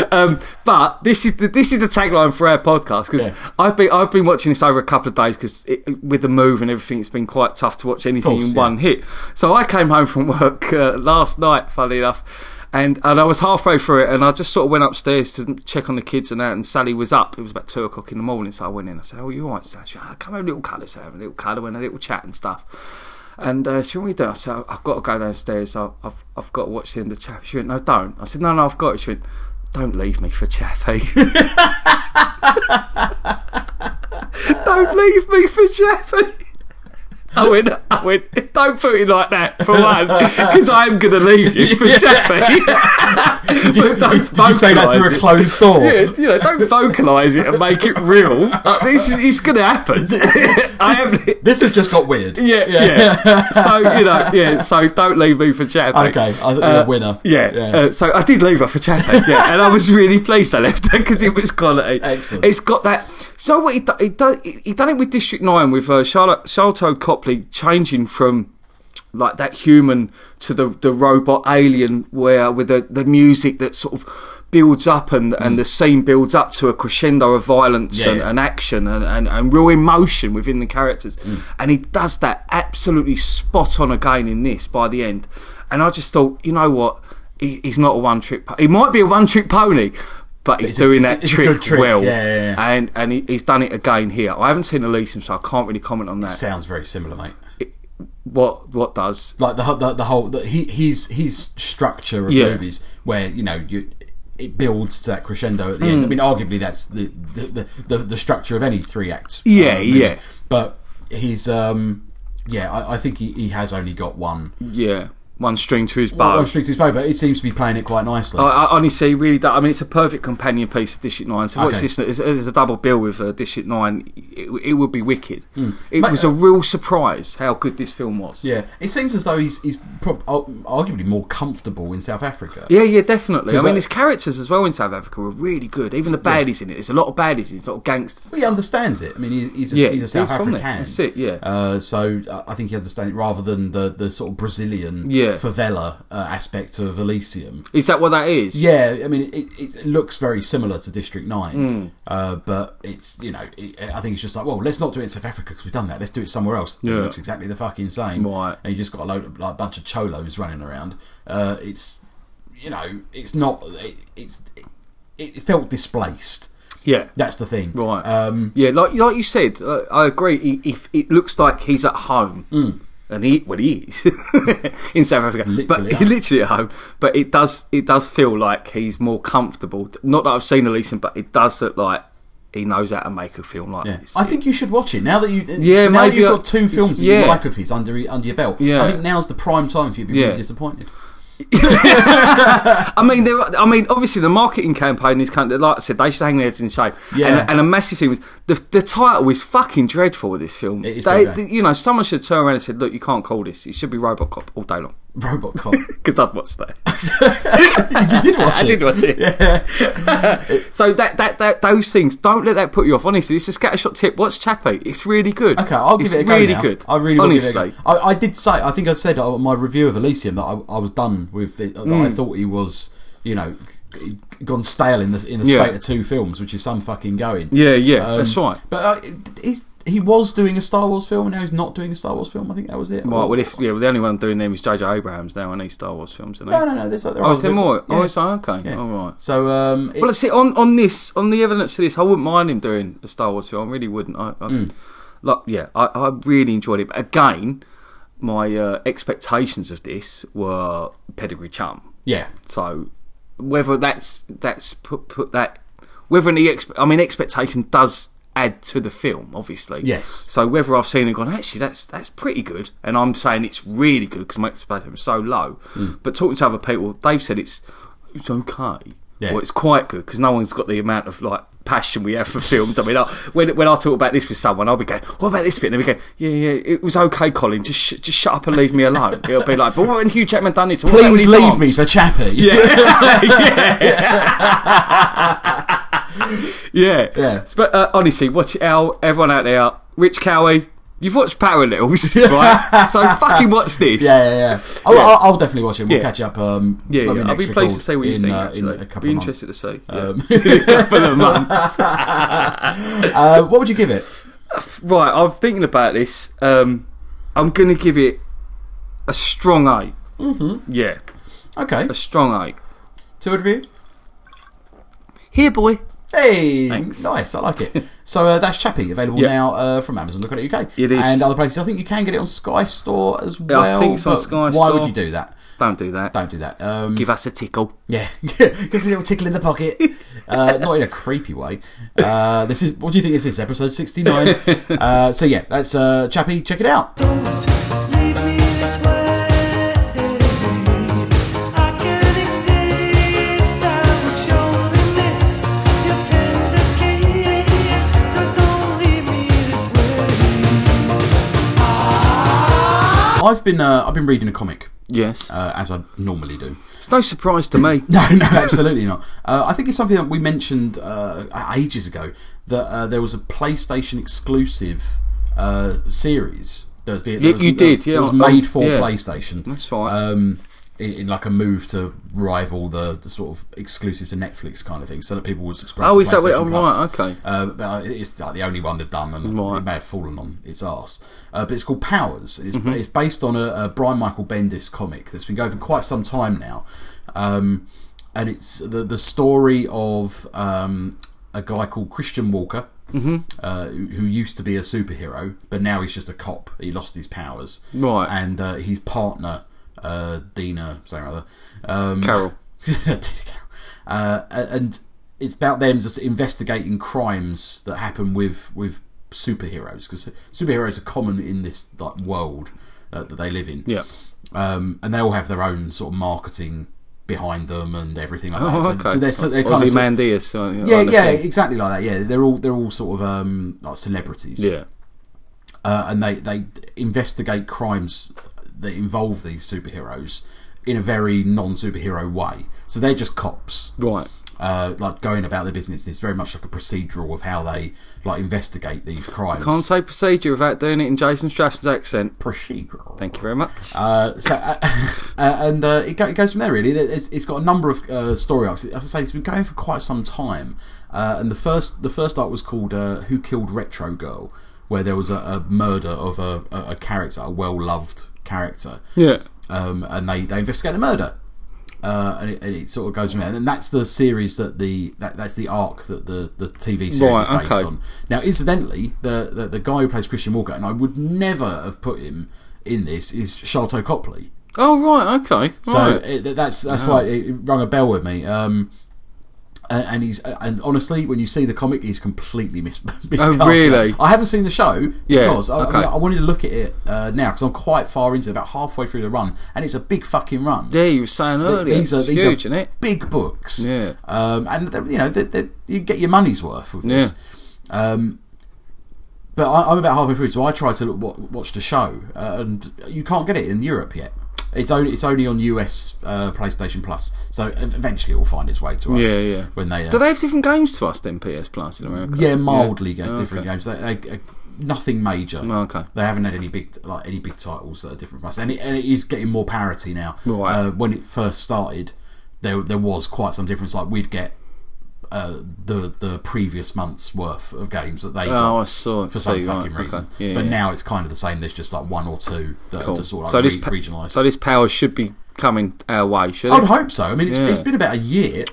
[SPEAKER 2] (laughs) um, but this is the, this is the tagline for our podcast because
[SPEAKER 1] Yeah.
[SPEAKER 2] I've been I've been watching this over a couple of days because with the move and everything, it's been quite tough to watch anything
[SPEAKER 1] course,
[SPEAKER 2] in
[SPEAKER 1] yeah.
[SPEAKER 2] one hit. So I came home from work uh, last night, funny enough. And, and I was halfway through it, and I just sort of went upstairs to check on the kids and that. And Sally was up. It was about two o'clock in the morning, so I went in. I said, "Oh, you all right, Sally? She, oh, come have a little cuddle, Sam, a little cuddle and a little chat and stuff." And uh, she went, "What are you doing?" I said, "I've got to go downstairs. I- I've I've got to watch the end of Chappie." She went, "No, don't." I said, "No, no, I've got it." She went, "Don't leave me for Chappie." don't leave me for Chappie. I went, I went, don't put it like that, for one, because I am going to leave you for Chappie. (laughs) But
[SPEAKER 1] Did you say that through a
[SPEAKER 2] vocalise it.
[SPEAKER 1] closed door?
[SPEAKER 2] (laughs) Yeah, you know, don't vocalise it and make it real. Like, this, is- it's going
[SPEAKER 1] (laughs)
[SPEAKER 2] to happen. I am,
[SPEAKER 1] This has just got weird.
[SPEAKER 2] yeah, yeah, So you know, yeah. So don't leave me for
[SPEAKER 1] (laughs)
[SPEAKER 2] Chappie.
[SPEAKER 1] Okay, I think you're a winner.
[SPEAKER 2] Uh, Yeah.
[SPEAKER 1] Yeah.
[SPEAKER 2] Uh, so I did leave her for Chappie. Yeah, and I was really pleased I left her because it was quality.
[SPEAKER 1] Excellent.
[SPEAKER 2] It's got that. So what he do- he done he done it with District Nine with uh, Charlotte Charlotte Copley changing from. Like that human to the the robot alien, where with the, the music that sort of builds up and, and the scene builds up to a crescendo of violence
[SPEAKER 1] Mm. Yeah,
[SPEAKER 2] and,
[SPEAKER 1] yeah.
[SPEAKER 2] and action and, and, and real emotion within the characters.
[SPEAKER 1] Mm.
[SPEAKER 2] And he does that absolutely spot on again in this by the end. And I just thought, you know what? He, he's not a one trick po- He might be a one trick pony, but he's
[SPEAKER 1] It's a-
[SPEAKER 2] doing that
[SPEAKER 1] it's a
[SPEAKER 2] trick,
[SPEAKER 1] good trick.
[SPEAKER 2] well.
[SPEAKER 1] Yeah, yeah, yeah.
[SPEAKER 2] And, and he, he's done it again here. I haven't seen Elysium, so I can't really comment on that.
[SPEAKER 1] Sounds very similar, mate.
[SPEAKER 2] what what does.
[SPEAKER 1] Like the ho- the, the whole the, he his his structure of
[SPEAKER 2] Yeah.
[SPEAKER 1] movies, where you know you it builds to that crescendo at the
[SPEAKER 2] Hmm.
[SPEAKER 1] end. I mean, arguably that's the the, the, the, the structure of any three act.
[SPEAKER 2] Yeah, yeah.
[SPEAKER 1] But he's um yeah, I, I think he, he has only got one.
[SPEAKER 2] Yeah. One string to his bow.
[SPEAKER 1] Well, one string to his bow, but it seems to be playing it quite nicely.
[SPEAKER 2] I, I honestly really don't. I mean, it's a perfect companion piece of District Nine. So watch
[SPEAKER 1] Okay.
[SPEAKER 2] this. There's there's a double bill with uh, District Nine. It, it would be wicked. It
[SPEAKER 1] Hmm. Mate, uh,
[SPEAKER 2] was a real surprise how good this film was.
[SPEAKER 1] yeah, it seems as though he's he's prob- ar- arguably more comfortable in South Africa.
[SPEAKER 2] Yeah, yeah, definitely. I
[SPEAKER 1] 'Cause
[SPEAKER 2] mean,
[SPEAKER 1] I-
[SPEAKER 2] his characters as well in South Africa were really good. Even the baddies in it. There's a lot of baddies. There's a lot of gangsters.
[SPEAKER 1] He understands it. I mean, he- he's a,
[SPEAKER 2] Yeah,
[SPEAKER 1] he's a South
[SPEAKER 2] he's from
[SPEAKER 1] African.
[SPEAKER 2] there. That's it, yeah.
[SPEAKER 1] Uh, so uh, I think he understands it rather than the, the sort of Brazilian
[SPEAKER 2] Yeah.
[SPEAKER 1] favela uh, aspect of Elysium.
[SPEAKER 2] Is that what that is?
[SPEAKER 1] Yeah, I mean, it, it, it looks very similar to District 9,
[SPEAKER 2] Hmm.
[SPEAKER 1] uh, but it's, you know, it, I think it's just like, well, let's not do it in South Africa because we've done that. Let's do it somewhere else.
[SPEAKER 2] Yeah.
[SPEAKER 1] It looks exactly the fucking same.
[SPEAKER 2] Right.
[SPEAKER 1] And you just got a load of, like, bunch of cholos running around. Uh, it's, you know, it's not, it, it's, it, it felt displaced.
[SPEAKER 2] Yeah.
[SPEAKER 1] That's the thing.
[SPEAKER 2] Right.
[SPEAKER 1] Um,
[SPEAKER 2] yeah, like like you said, uh, I agree. He, if it looks like he's at home,
[SPEAKER 1] Hmm.
[SPEAKER 2] and he well he is (laughs) in South Africa, but
[SPEAKER 1] Literally
[SPEAKER 2] (laughs)
[SPEAKER 1] at home.
[SPEAKER 2] literally at home. But it does it does feel like he's more comfortable. Not that I've seen Elysium, but it does look like he knows how to make a film like
[SPEAKER 1] Yeah.
[SPEAKER 2] this.
[SPEAKER 1] I think you should watch it now that you
[SPEAKER 2] Yeah,
[SPEAKER 1] yeah now that
[SPEAKER 2] maybe
[SPEAKER 1] you've
[SPEAKER 2] I-
[SPEAKER 1] got two films that
[SPEAKER 2] Yeah.
[SPEAKER 1] you like of his under under your belt.
[SPEAKER 2] Yeah.
[SPEAKER 1] I think now's the prime time for you to be
[SPEAKER 2] Yeah.
[SPEAKER 1] really disappointed. (laughs)
[SPEAKER 2] I mean, there. Are, I mean, obviously, the marketing campaign is kind of like I said, they should hang their heads in shape.
[SPEAKER 1] Yeah.
[SPEAKER 2] And, and a massive thing was the the title is fucking dreadful with this film.
[SPEAKER 1] It is
[SPEAKER 2] they,
[SPEAKER 1] pretty bad.
[SPEAKER 2] you know, someone should turn around and said, "Look, you can't call this. It should be RoboCop all day long." (laughs)
[SPEAKER 1] RobotCop.
[SPEAKER 2] Because I'd watched that.
[SPEAKER 1] (laughs) you did watch
[SPEAKER 2] (laughs) I
[SPEAKER 1] it.
[SPEAKER 2] did watch it. (laughs) so that, that that those things don't let that put you off. Honestly, it's a scattershot tip. Watch Chappie. It's really good.
[SPEAKER 1] Okay, I'll give
[SPEAKER 2] it's
[SPEAKER 1] it a go.
[SPEAKER 2] Really
[SPEAKER 1] now.
[SPEAKER 2] good.
[SPEAKER 1] I really will give
[SPEAKER 2] honestly.
[SPEAKER 1] it a go. I, I did say. I think I said on my review of Elysium that I, I was done with. The, that
[SPEAKER 2] Hmm.
[SPEAKER 1] I thought he was, you know, g- gone stale in the in the
[SPEAKER 2] Yeah.
[SPEAKER 1] state of two films, which is some fucking going.
[SPEAKER 2] Yeah, yeah, that's right.
[SPEAKER 1] But uh, he's, he was doing a Star Wars film, and now he's not doing a Star Wars film. I think that was it.
[SPEAKER 2] Right, well, if, yeah, well, the only one doing them is J.J. Abrams now, and these Star Wars films, isn't he?
[SPEAKER 1] no, no, no. There's, there
[SPEAKER 2] Oh,
[SPEAKER 1] are
[SPEAKER 2] is there
[SPEAKER 1] other-
[SPEAKER 2] more? Oh,
[SPEAKER 1] yeah.
[SPEAKER 2] it's okay.
[SPEAKER 1] Yeah.
[SPEAKER 2] All right.
[SPEAKER 1] So um,
[SPEAKER 2] Well,
[SPEAKER 1] it's-
[SPEAKER 2] see, on, on this, on the evidence of this, I wouldn't mind him doing a Star Wars film. I really wouldn't. I, I
[SPEAKER 1] Mm.
[SPEAKER 2] like, yeah, I, I really enjoyed it. But again, my uh, expectations of this were pedigree chum.
[SPEAKER 1] yeah,
[SPEAKER 2] So whether that's that's put put that whether the exp- I mean expectation does add to the film, obviously.
[SPEAKER 1] Yes.
[SPEAKER 2] So whether I've seen and gone, actually, that's that's pretty good, and I'm saying it's really good because my expectation was so low.
[SPEAKER 1] Mm.
[SPEAKER 2] But talking to other people, they've said it's it's okay.
[SPEAKER 1] Yeah.
[SPEAKER 2] Well, it's quite good because no one's got the amount of like passion we have for films. I
[SPEAKER 1] (laughs)
[SPEAKER 2] mean, I, when when I talk about this with someone, I'll be going, "What about this bit?" And they be going, "Yeah, yeah, it was okay, Colin. Just sh- just shut up and leave me alone." It'll be like, "But what when Hugh Jackman done this? What about
[SPEAKER 1] please
[SPEAKER 2] when he
[SPEAKER 1] leave
[SPEAKER 2] danced?"
[SPEAKER 1] me for Chappie.
[SPEAKER 2] (laughs) yeah. yeah. yeah.
[SPEAKER 1] Yeah.
[SPEAKER 2] (laughs) But uh, honestly, watch it out. Everyone out there, Rich Cowie, You've watched Parallels, (laughs) right? so fucking watch
[SPEAKER 1] (laughs)
[SPEAKER 2] this.
[SPEAKER 1] Yeah, yeah, yeah. Oh,
[SPEAKER 2] Yeah.
[SPEAKER 1] I'll, I'll definitely watch it. We'll
[SPEAKER 2] Yeah.
[SPEAKER 1] catch up. Um,
[SPEAKER 2] Yeah,
[SPEAKER 1] when we
[SPEAKER 2] yeah. I'll
[SPEAKER 1] next
[SPEAKER 2] be pleased
[SPEAKER 1] record
[SPEAKER 2] to say what you
[SPEAKER 1] in,
[SPEAKER 2] think.
[SPEAKER 1] uh, in
[SPEAKER 2] actually,
[SPEAKER 1] a couple
[SPEAKER 2] be
[SPEAKER 1] of months.
[SPEAKER 2] interested to say. Yeah. (laughs)
[SPEAKER 1] Um. (laughs)
[SPEAKER 2] in a couple of months.
[SPEAKER 1] Uh, what would you give it?
[SPEAKER 2] Right, I'm thinking about this. Um, I'm going to give it a strong 8 Mm-hmm. Yeah,
[SPEAKER 1] Okay,
[SPEAKER 2] a strong eight.
[SPEAKER 1] two out of you.
[SPEAKER 2] Here, boy.
[SPEAKER 1] Hey,
[SPEAKER 2] Thanks.
[SPEAKER 1] nice. I like
[SPEAKER 2] (laughs)
[SPEAKER 1] it. So uh, that's Chappie, available
[SPEAKER 2] Yeah.
[SPEAKER 1] now uh, from Amazon.co.uk
[SPEAKER 2] It is.
[SPEAKER 1] and other places. I think you can get it on Sky Store as
[SPEAKER 2] I
[SPEAKER 1] well.
[SPEAKER 2] think it's on
[SPEAKER 1] but
[SPEAKER 2] Sky
[SPEAKER 1] why
[SPEAKER 2] Store.
[SPEAKER 1] would you do that?
[SPEAKER 2] Don't do that.
[SPEAKER 1] Don't do that. Um,
[SPEAKER 2] Give us a tickle.
[SPEAKER 1] yeah, (laughs) gives a little tickle in the
[SPEAKER 2] (laughs)
[SPEAKER 1] pocket, uh, not in a creepy way. Uh, this is what do you think is this episode sixty nine?
[SPEAKER 2] (laughs)
[SPEAKER 1] Uh, so yeah, that's uh, Chappie. Check it out.
[SPEAKER 3] Leave me this way. I can't exist. I will surely miss your tender kiss. So don't leave me this way.
[SPEAKER 1] I've been uh, I've been reading a comic
[SPEAKER 2] Yes.
[SPEAKER 1] uh, as I normally do.
[SPEAKER 2] it's no surprise
[SPEAKER 1] (laughs)
[SPEAKER 2] to me.
[SPEAKER 1] No, no, absolutely not. Uh, I think it's something that we mentioned uh, ages ago that uh, there was a PlayStation exclusive uh, series. That was, being- that
[SPEAKER 2] Yeah,
[SPEAKER 1] was-
[SPEAKER 2] you
[SPEAKER 1] that-
[SPEAKER 2] did,
[SPEAKER 1] that
[SPEAKER 2] yeah.
[SPEAKER 1] was made
[SPEAKER 2] Oh,
[SPEAKER 1] for
[SPEAKER 2] yeah.
[SPEAKER 1] PlayStation.
[SPEAKER 2] That's right.
[SPEAKER 1] Um, in, in like a move to rival the, the sort of exclusive to Netflix kind of thing, so that people would subscribe.
[SPEAKER 2] Oh,
[SPEAKER 1] to
[SPEAKER 2] is that
[SPEAKER 1] PlayStation
[SPEAKER 2] what- oh,
[SPEAKER 1] Plus.
[SPEAKER 2] right, okay.
[SPEAKER 1] Uh, but I- it's like the only one they've done, and
[SPEAKER 2] Right.
[SPEAKER 1] it may have fallen on its arse. Uh, but it's called Powers. It's,
[SPEAKER 2] Mm-hmm.
[SPEAKER 1] it's based on a, a Brian Michael Bendis comic that's been going for quite some time now, um, and it's the the story of um, a guy called Christian Walker.
[SPEAKER 2] Mm-hmm.
[SPEAKER 1] Uh, who who used to be a superhero, but now he's just a cop. He lost his powers,
[SPEAKER 2] Right.
[SPEAKER 1] And uh, his partner, uh, Dina, something or other, um,
[SPEAKER 2] Carol.
[SPEAKER 1] Dina Carroll. (laughs) Uh, and it's about them just investigating crimes that happen with with superheroes because superheroes are common in this like world uh, that they live in.
[SPEAKER 2] Yeah.
[SPEAKER 1] Um, and they all have their own sort of marketing behind them and everything like that.
[SPEAKER 2] Oh,
[SPEAKER 1] So-
[SPEAKER 2] okay.
[SPEAKER 1] So, they're, so they're kind of sort-
[SPEAKER 2] Ozymandias. so, you know,
[SPEAKER 1] yeah,
[SPEAKER 2] like the
[SPEAKER 1] yeah,
[SPEAKER 2] thing.
[SPEAKER 1] exactly like that. Yeah, they're all they're all sort of um, like celebrities.
[SPEAKER 2] Yeah.
[SPEAKER 1] uh, and they they investigate crimes that involve these superheroes in a very non-superhero way. So they're just cops
[SPEAKER 2] Right.
[SPEAKER 1] uh, like going about their business. It's very much like a procedural of how they like investigate these crimes.
[SPEAKER 2] Can't say procedure without doing it in Jason Strath's accent.
[SPEAKER 1] procedural.
[SPEAKER 2] Thank you very much.
[SPEAKER 1] Uh, so, uh, (laughs) uh, and uh, it, go, it goes from there really. There- It's, it's got a number of uh, story arcs. As I say, it's been going for quite some time. Uh, and the first the first arc was called uh, "Who Killed Retro Girl," where there was a, a murder of a, a, a character, a well loved character.
[SPEAKER 2] yeah.
[SPEAKER 1] um, and they, they investigate the murder. Uh, and, it, and it sort of goes from there, and that's the series that the that, that's the arc that the, the TV series
[SPEAKER 2] Right,
[SPEAKER 1] is based
[SPEAKER 2] okay.
[SPEAKER 1] on. Now, incidentally, the, the the guy who plays Christian Walker, and I would never have put him in this, is Charlton Copley.
[SPEAKER 2] Oh, right. Okay.
[SPEAKER 1] So
[SPEAKER 2] right.
[SPEAKER 1] it, that's that's why it, it rung a bell with me. Um, and, and he's and honestly, when you see the comic, he's completely mis- (laughs) miscast.
[SPEAKER 2] Oh, really?
[SPEAKER 1] I haven't seen the show
[SPEAKER 2] Yeah,
[SPEAKER 1] because I, I
[SPEAKER 2] okay.
[SPEAKER 1] mean, I wanted to look at it uh, now because I'm quite far into it, about halfway through the run, and it's a big fucking run.
[SPEAKER 2] yeah, you were saying
[SPEAKER 1] Th-
[SPEAKER 2] earlier.
[SPEAKER 1] These are
[SPEAKER 2] it's
[SPEAKER 1] these
[SPEAKER 2] huge,
[SPEAKER 1] are
[SPEAKER 2] isn't it?
[SPEAKER 1] big books.
[SPEAKER 2] Yeah.
[SPEAKER 1] Um, and they're- you know they they you get your money's worth with this. Um, but I, I'm about halfway through, so I tried to look, wa- watch the show, uh, and you can't get it in Europe yet. It's only it's only on US uh, PlayStation Plus, so ev- eventually it will find its way to us.
[SPEAKER 2] Yeah, yeah.
[SPEAKER 1] When they, uh,
[SPEAKER 2] Do they have different games to us then, PS Plus in America?
[SPEAKER 1] yeah, mildly get
[SPEAKER 2] Oh,
[SPEAKER 1] different
[SPEAKER 2] okay.
[SPEAKER 1] games. They, they, uh, nothing major.
[SPEAKER 2] Oh, okay.
[SPEAKER 1] They haven't had any big like any big titles that are different from us, and it, and it is getting more parity now.
[SPEAKER 2] Right.
[SPEAKER 1] Uh, when it first started, there there was quite some difference. Like we'd get uh, the the previous month's worth of games that they
[SPEAKER 2] Oh,
[SPEAKER 1] got
[SPEAKER 2] I saw it.
[SPEAKER 1] for
[SPEAKER 2] So
[SPEAKER 1] some
[SPEAKER 2] you're right,
[SPEAKER 1] fucking
[SPEAKER 2] okay.
[SPEAKER 1] reason.
[SPEAKER 2] Yeah,
[SPEAKER 1] but
[SPEAKER 2] yeah.
[SPEAKER 1] now it's kind of the same. There's just like one or two that
[SPEAKER 2] Cool.
[SPEAKER 1] are just sort of
[SPEAKER 2] so
[SPEAKER 1] like
[SPEAKER 2] this
[SPEAKER 1] re-
[SPEAKER 2] pa-
[SPEAKER 1] regionalised.
[SPEAKER 2] So this power should be coming our way, should
[SPEAKER 1] I'd
[SPEAKER 2] it?
[SPEAKER 1] hope so. I mean, it's,
[SPEAKER 2] Yeah.
[SPEAKER 1] it's been about a year,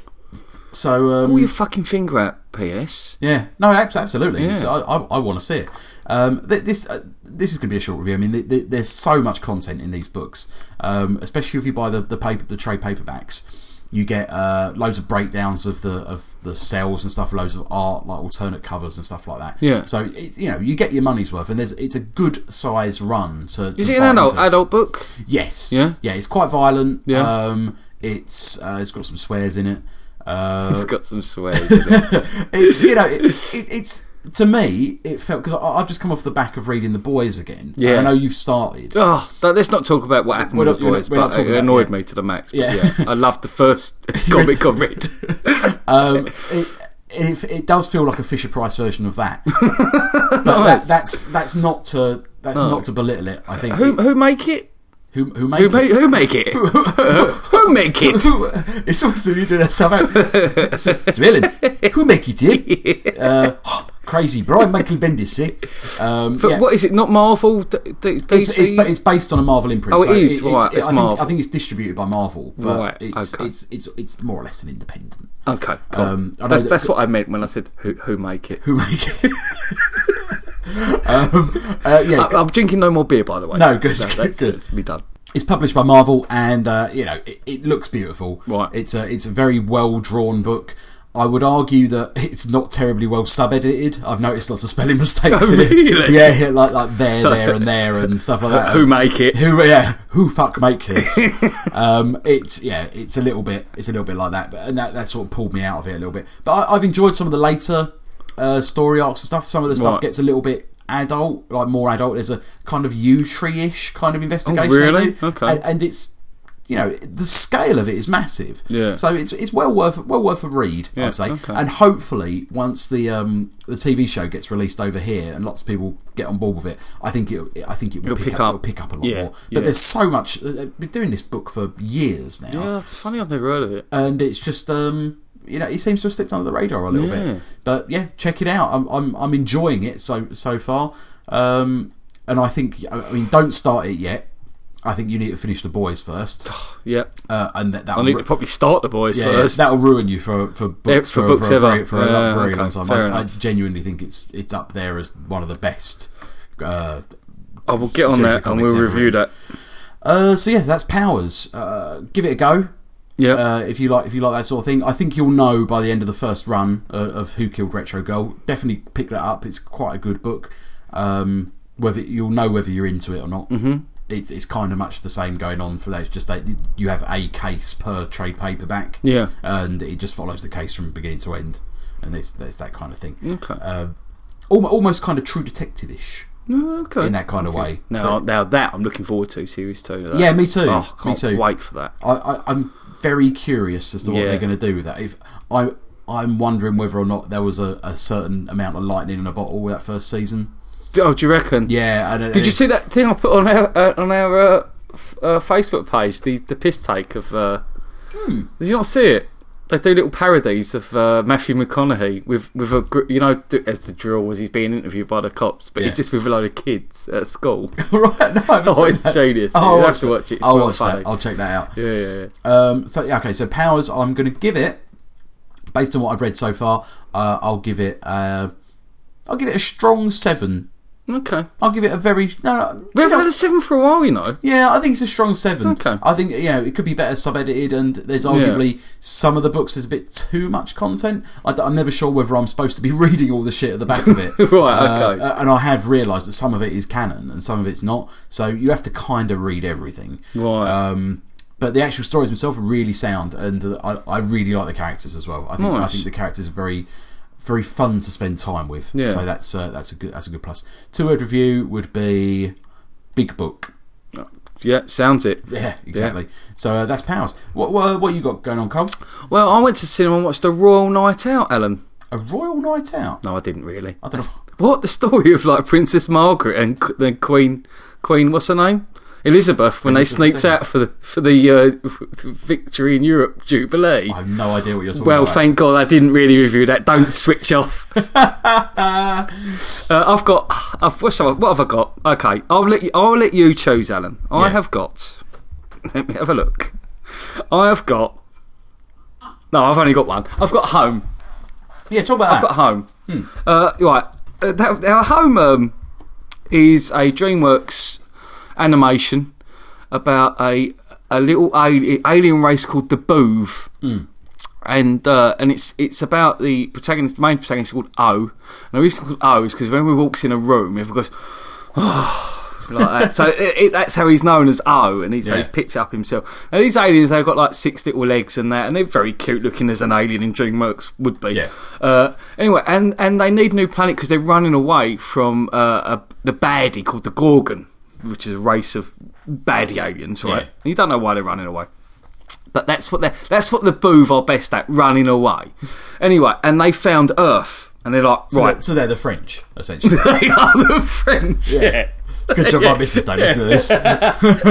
[SPEAKER 1] so um,
[SPEAKER 2] Pull your fucking finger out, PS.
[SPEAKER 1] Yeah, no, abs- absolutely.
[SPEAKER 2] Yeah.
[SPEAKER 1] So I, I, I want to see it. Um, th- this uh, this is going to be a short review. I mean, th- th- there's so much content in these books, um, especially if you buy the the paper the trade paperbacks. You get uh, loads of breakdowns of the of the cells and stuff, loads of art like alternate covers and stuff like that.
[SPEAKER 2] Yeah.
[SPEAKER 1] So it's you know you get your money's worth, and there's it's a good size run. To, to
[SPEAKER 2] Is it an
[SPEAKER 1] buy
[SPEAKER 2] adult,
[SPEAKER 1] into.
[SPEAKER 2] adult book?
[SPEAKER 1] Yes.
[SPEAKER 2] Yeah?
[SPEAKER 1] Yeah. It's quite violent.
[SPEAKER 2] Yeah.
[SPEAKER 1] Um, it's uh, it's got some swears in it. Uh,
[SPEAKER 2] It's got some swears. in it.
[SPEAKER 1] it's you know it, it, it's to me it felt because I've just come off the back of reading the boys again.
[SPEAKER 2] Yeah.
[SPEAKER 1] I know you've started.
[SPEAKER 2] Oh, th- let's not talk about what happened
[SPEAKER 1] We're
[SPEAKER 2] with
[SPEAKER 1] not-
[SPEAKER 2] the
[SPEAKER 1] we're
[SPEAKER 2] boys,
[SPEAKER 1] not- we're not
[SPEAKER 2] but it
[SPEAKER 1] talking about-
[SPEAKER 2] annoyed
[SPEAKER 1] yeah.
[SPEAKER 2] me to the max. But
[SPEAKER 1] Yeah.
[SPEAKER 2] yeah. I loved
[SPEAKER 1] (laughs)
[SPEAKER 2] the first comic I read.
[SPEAKER 1] Um, it, it, it does feel like a Fisher Price version of that, but that, that's that's not to That's not to belittle it. I think
[SPEAKER 2] Who who make it?
[SPEAKER 1] who who made
[SPEAKER 2] Who
[SPEAKER 1] it?
[SPEAKER 2] make, who make it? Uh, who make it?
[SPEAKER 1] (laughs) it's always you do that somehow. It's, it's really who make it here? Uh, (gasps) crazy, Brian Michael Bendis. See, um,
[SPEAKER 2] But
[SPEAKER 1] yeah.
[SPEAKER 2] what is it? Not Marvel? D- D- DC?
[SPEAKER 1] it's, it's, ba- it's based on a Marvel imprint.
[SPEAKER 2] Oh, it is, right,
[SPEAKER 1] I,
[SPEAKER 2] it's
[SPEAKER 1] think,
[SPEAKER 2] Marvel.
[SPEAKER 1] I think it's distributed by Marvel, but
[SPEAKER 2] Right,
[SPEAKER 1] it's,
[SPEAKER 2] okay.
[SPEAKER 1] it's it's it's more or less an independent.
[SPEAKER 2] okay, cool.
[SPEAKER 1] Um, I know
[SPEAKER 2] that's
[SPEAKER 1] that-
[SPEAKER 2] that's what I meant when I said who who make it.
[SPEAKER 1] Who make it? (laughs) um, uh, yeah,
[SPEAKER 2] I, am drinking no more beer, by the way.
[SPEAKER 1] No, good, good,
[SPEAKER 2] that's-
[SPEAKER 1] good.
[SPEAKER 2] that's me done.
[SPEAKER 1] it's published by Marvel, and uh, you know it, it looks beautiful.
[SPEAKER 2] Right.
[SPEAKER 1] It's a it's a very well drawn book. I would argue that (laughs) it's not terribly well sub edited. I've noticed lots of spelling mistakes
[SPEAKER 2] Oh,
[SPEAKER 1] in it.
[SPEAKER 2] really?
[SPEAKER 1] Yeah, yeah, like like there, there, and there, and stuff like that.
[SPEAKER 2] (laughs) Who make it?
[SPEAKER 1] Um, Who yeah? Who fuck make
[SPEAKER 2] (laughs)
[SPEAKER 1] this? um, it yeah, it's a little bit it's a little bit like that, but and that, that sort of pulled me out of it a little bit. But I, I've enjoyed some of the later uh, story arcs and stuff. Some of the stuff
[SPEAKER 2] Right.
[SPEAKER 1] gets a little bit adult, like more adult. There's a kind of U tree ish kind of investigation. they
[SPEAKER 2] Oh, really?
[SPEAKER 1] do.
[SPEAKER 2] Okay.
[SPEAKER 1] And, and it's you know the scale of it is massive.
[SPEAKER 2] Yeah.
[SPEAKER 1] So it's it's well worth well worth a read.
[SPEAKER 2] Yeah,
[SPEAKER 1] I'd say.
[SPEAKER 2] okay.
[SPEAKER 1] And hopefully, once the um, the TV show gets released over here and lots of people get on board with it, I think it I think it will
[SPEAKER 2] It'll
[SPEAKER 1] pick,
[SPEAKER 2] pick
[SPEAKER 1] up,
[SPEAKER 2] up.
[SPEAKER 1] It'll pick up a lot
[SPEAKER 2] Yeah,
[SPEAKER 1] more. But
[SPEAKER 2] yeah.
[SPEAKER 1] there's so much. They've been doing this book for years now,
[SPEAKER 2] Yeah, it's funny. I've never heard of it.
[SPEAKER 1] and it's just um, you know it seems to have slipped under the radar a little
[SPEAKER 2] Yeah.
[SPEAKER 1] bit. But yeah, check it out. I'm I'm, I'm enjoying it so so far. Um, and I think I I mean don't start it yet. I think you need to finish the boys
[SPEAKER 2] (sighs)
[SPEAKER 1] first,
[SPEAKER 2] Yeah,
[SPEAKER 1] uh, and that that
[SPEAKER 2] I need to probably start the boys
[SPEAKER 1] yeah,
[SPEAKER 2] first.
[SPEAKER 1] that'll ruin you for for books
[SPEAKER 2] for
[SPEAKER 1] for,
[SPEAKER 2] books
[SPEAKER 1] for, a
[SPEAKER 2] ever.
[SPEAKER 1] very- for a lo-
[SPEAKER 2] Yeah,
[SPEAKER 1] very
[SPEAKER 2] okay,
[SPEAKER 1] long time. I,
[SPEAKER 2] fair
[SPEAKER 1] I
[SPEAKER 2] enough.
[SPEAKER 1] genuinely think it's it's up there as one of the best. Uh,
[SPEAKER 2] I will get on
[SPEAKER 1] Series
[SPEAKER 2] that
[SPEAKER 1] of
[SPEAKER 2] and
[SPEAKER 1] comics
[SPEAKER 2] we'll
[SPEAKER 1] ever
[SPEAKER 2] review
[SPEAKER 1] written.
[SPEAKER 2] that.
[SPEAKER 1] uh, so yeah, that's Powers. Uh, give it a go.
[SPEAKER 2] Yeah,
[SPEAKER 1] Uh, if you like, if you like that sort of thing, I think you'll know by the end of the first run uh, of Who Killed Retro Girl. Definitely pick that up. It's quite a good book. Um, whether you'll know whether you're into it or not, mm-hmm. it's it's kind of much the same going on for that. It's just that you have a case per trade paperback.
[SPEAKER 2] Yeah.
[SPEAKER 1] and it just follows the case from beginning to end, and it's there's that kind of thing.
[SPEAKER 2] Okay.
[SPEAKER 1] Um, almo- almost kind of true detective-ish
[SPEAKER 2] Uh, okay.
[SPEAKER 1] in that kind of way.
[SPEAKER 2] now, now that I'm looking forward to series two. of that.
[SPEAKER 1] Yeah, me too.
[SPEAKER 2] Oh, I can't
[SPEAKER 1] me too.
[SPEAKER 2] wait for that.
[SPEAKER 1] I, I, I'm very curious as to what
[SPEAKER 2] Yeah.
[SPEAKER 1] they're going to do with that. If I, I'm wondering whether or not there was a, a certain amount of lightning in a bottle with that first season.
[SPEAKER 2] Oh, do you reckon?
[SPEAKER 1] Yeah. I don't,
[SPEAKER 2] Did you see that thing I put on our uh, on our uh, f- uh, Facebook page? The the piss take of. Uh,
[SPEAKER 1] Hmm.
[SPEAKER 2] Did you not see it? They do little parodies of uh, Matthew McConaughey with with a gr- you know d- as the drill was he's being interviewed by the cops, but
[SPEAKER 1] Yeah.
[SPEAKER 2] he's just with a load of kids at
[SPEAKER 1] (laughs)
[SPEAKER 2] school. (laughs)
[SPEAKER 1] right? No, I haven't
[SPEAKER 2] Oh,
[SPEAKER 1] seen
[SPEAKER 2] it's
[SPEAKER 1] that.
[SPEAKER 2] genius.
[SPEAKER 1] I'll
[SPEAKER 2] You have
[SPEAKER 1] watch
[SPEAKER 2] to
[SPEAKER 1] that.
[SPEAKER 2] watch it. It's
[SPEAKER 1] I'll
[SPEAKER 2] well
[SPEAKER 1] watch
[SPEAKER 2] funny.
[SPEAKER 1] that. I'll check that out.
[SPEAKER 2] yeah, yeah, yeah.
[SPEAKER 1] Um, so yeah, okay. So powers, I'm going to give it based on what I've read so far. Uh, I'll give it. Uh, I'll give it a strong seven. (laughs)
[SPEAKER 2] Okay,
[SPEAKER 1] I'll give it a very no. no
[SPEAKER 2] we haven't had a seven for a while, you know.
[SPEAKER 1] Yeah, I think it's a strong seven.
[SPEAKER 2] Okay.
[SPEAKER 1] I think you know it could be better sub-edited, and there's arguably some of the books is a bit too much content. I, am never sure whether I'm supposed to be (laughs) reading all the shit at the back of
[SPEAKER 2] (laughs)
[SPEAKER 1] it. right.
[SPEAKER 2] okay.
[SPEAKER 1] and I have realised that some of it is canon and some of it's not, so you have to kind of read everything.
[SPEAKER 2] Right.
[SPEAKER 1] Um, but the actual stories themselves are really sound, and uh, I, I really like the characters as well. I think I
[SPEAKER 2] Nice.
[SPEAKER 1] think the characters are very. Very fun to spend time with,
[SPEAKER 2] Yeah.
[SPEAKER 1] so that's uh, that's a good that's a good plus. Two word review would be big book.
[SPEAKER 2] Yeah, sounds it.
[SPEAKER 1] Yeah, exactly. So uh, that's Powers. What, what what you got going on, Cole?
[SPEAKER 2] Well, I went to cinema and watched a Royal Night Out, Alan.
[SPEAKER 1] A royal night out.
[SPEAKER 2] No, I didn't really.
[SPEAKER 1] I don't know.
[SPEAKER 2] What the story of like Princess Margaret and Q- then Queen Queen what's her name Elizabeth when they
[SPEAKER 1] Elizabeth
[SPEAKER 2] sneaked
[SPEAKER 1] II.
[SPEAKER 2] out for the for the uh, victory in Europe Jubilee.
[SPEAKER 1] I have no idea what you're talking
[SPEAKER 2] well,
[SPEAKER 1] about.
[SPEAKER 2] thank God I didn't really review that. Don't switch off. (laughs) uh, I've got. I've, what's I, what have I got? Okay, I'll let you. I'll let you choose, Alan. I
[SPEAKER 1] Yeah.
[SPEAKER 2] have got. Let me have a look. I have got. No, I've only got one. I've got home.
[SPEAKER 1] Yeah, talk about
[SPEAKER 2] I've got
[SPEAKER 1] that.
[SPEAKER 2] home.
[SPEAKER 1] Hmm.
[SPEAKER 2] Uh, right, uh, that, our home um, is a DreamWorks animation about a a little a- alien race called the Boov.
[SPEAKER 1] Hmm.
[SPEAKER 2] And uh, and it's it's about the protagonist, the main protagonist called O. And the reason it's called O is because when we walks in a room, everyone goes, "Oh," like that. So it, it, that's how he's known as O, and he's, so
[SPEAKER 1] Yeah.
[SPEAKER 2] he's picked it up himself. Now these aliens, they've got like six little legs and that, and they're very cute looking as an alien in DreamWorks would be.
[SPEAKER 1] Yeah.
[SPEAKER 2] Uh, anyway, and and they need a new planet because they're running away from uh, a, the baddie called the Gorgon, which is a race of baddie aliens, right?
[SPEAKER 1] Yeah.
[SPEAKER 2] And you don't know why they're running away. But that's what they that's what the boov are best at running away. Anyway, and they found Earth, and they're like,
[SPEAKER 1] So
[SPEAKER 2] right, (laughs)
[SPEAKER 1] they're- So they're the French, essentially.
[SPEAKER 2] they are the French. Yeah.
[SPEAKER 1] Good job my business don't listen to this.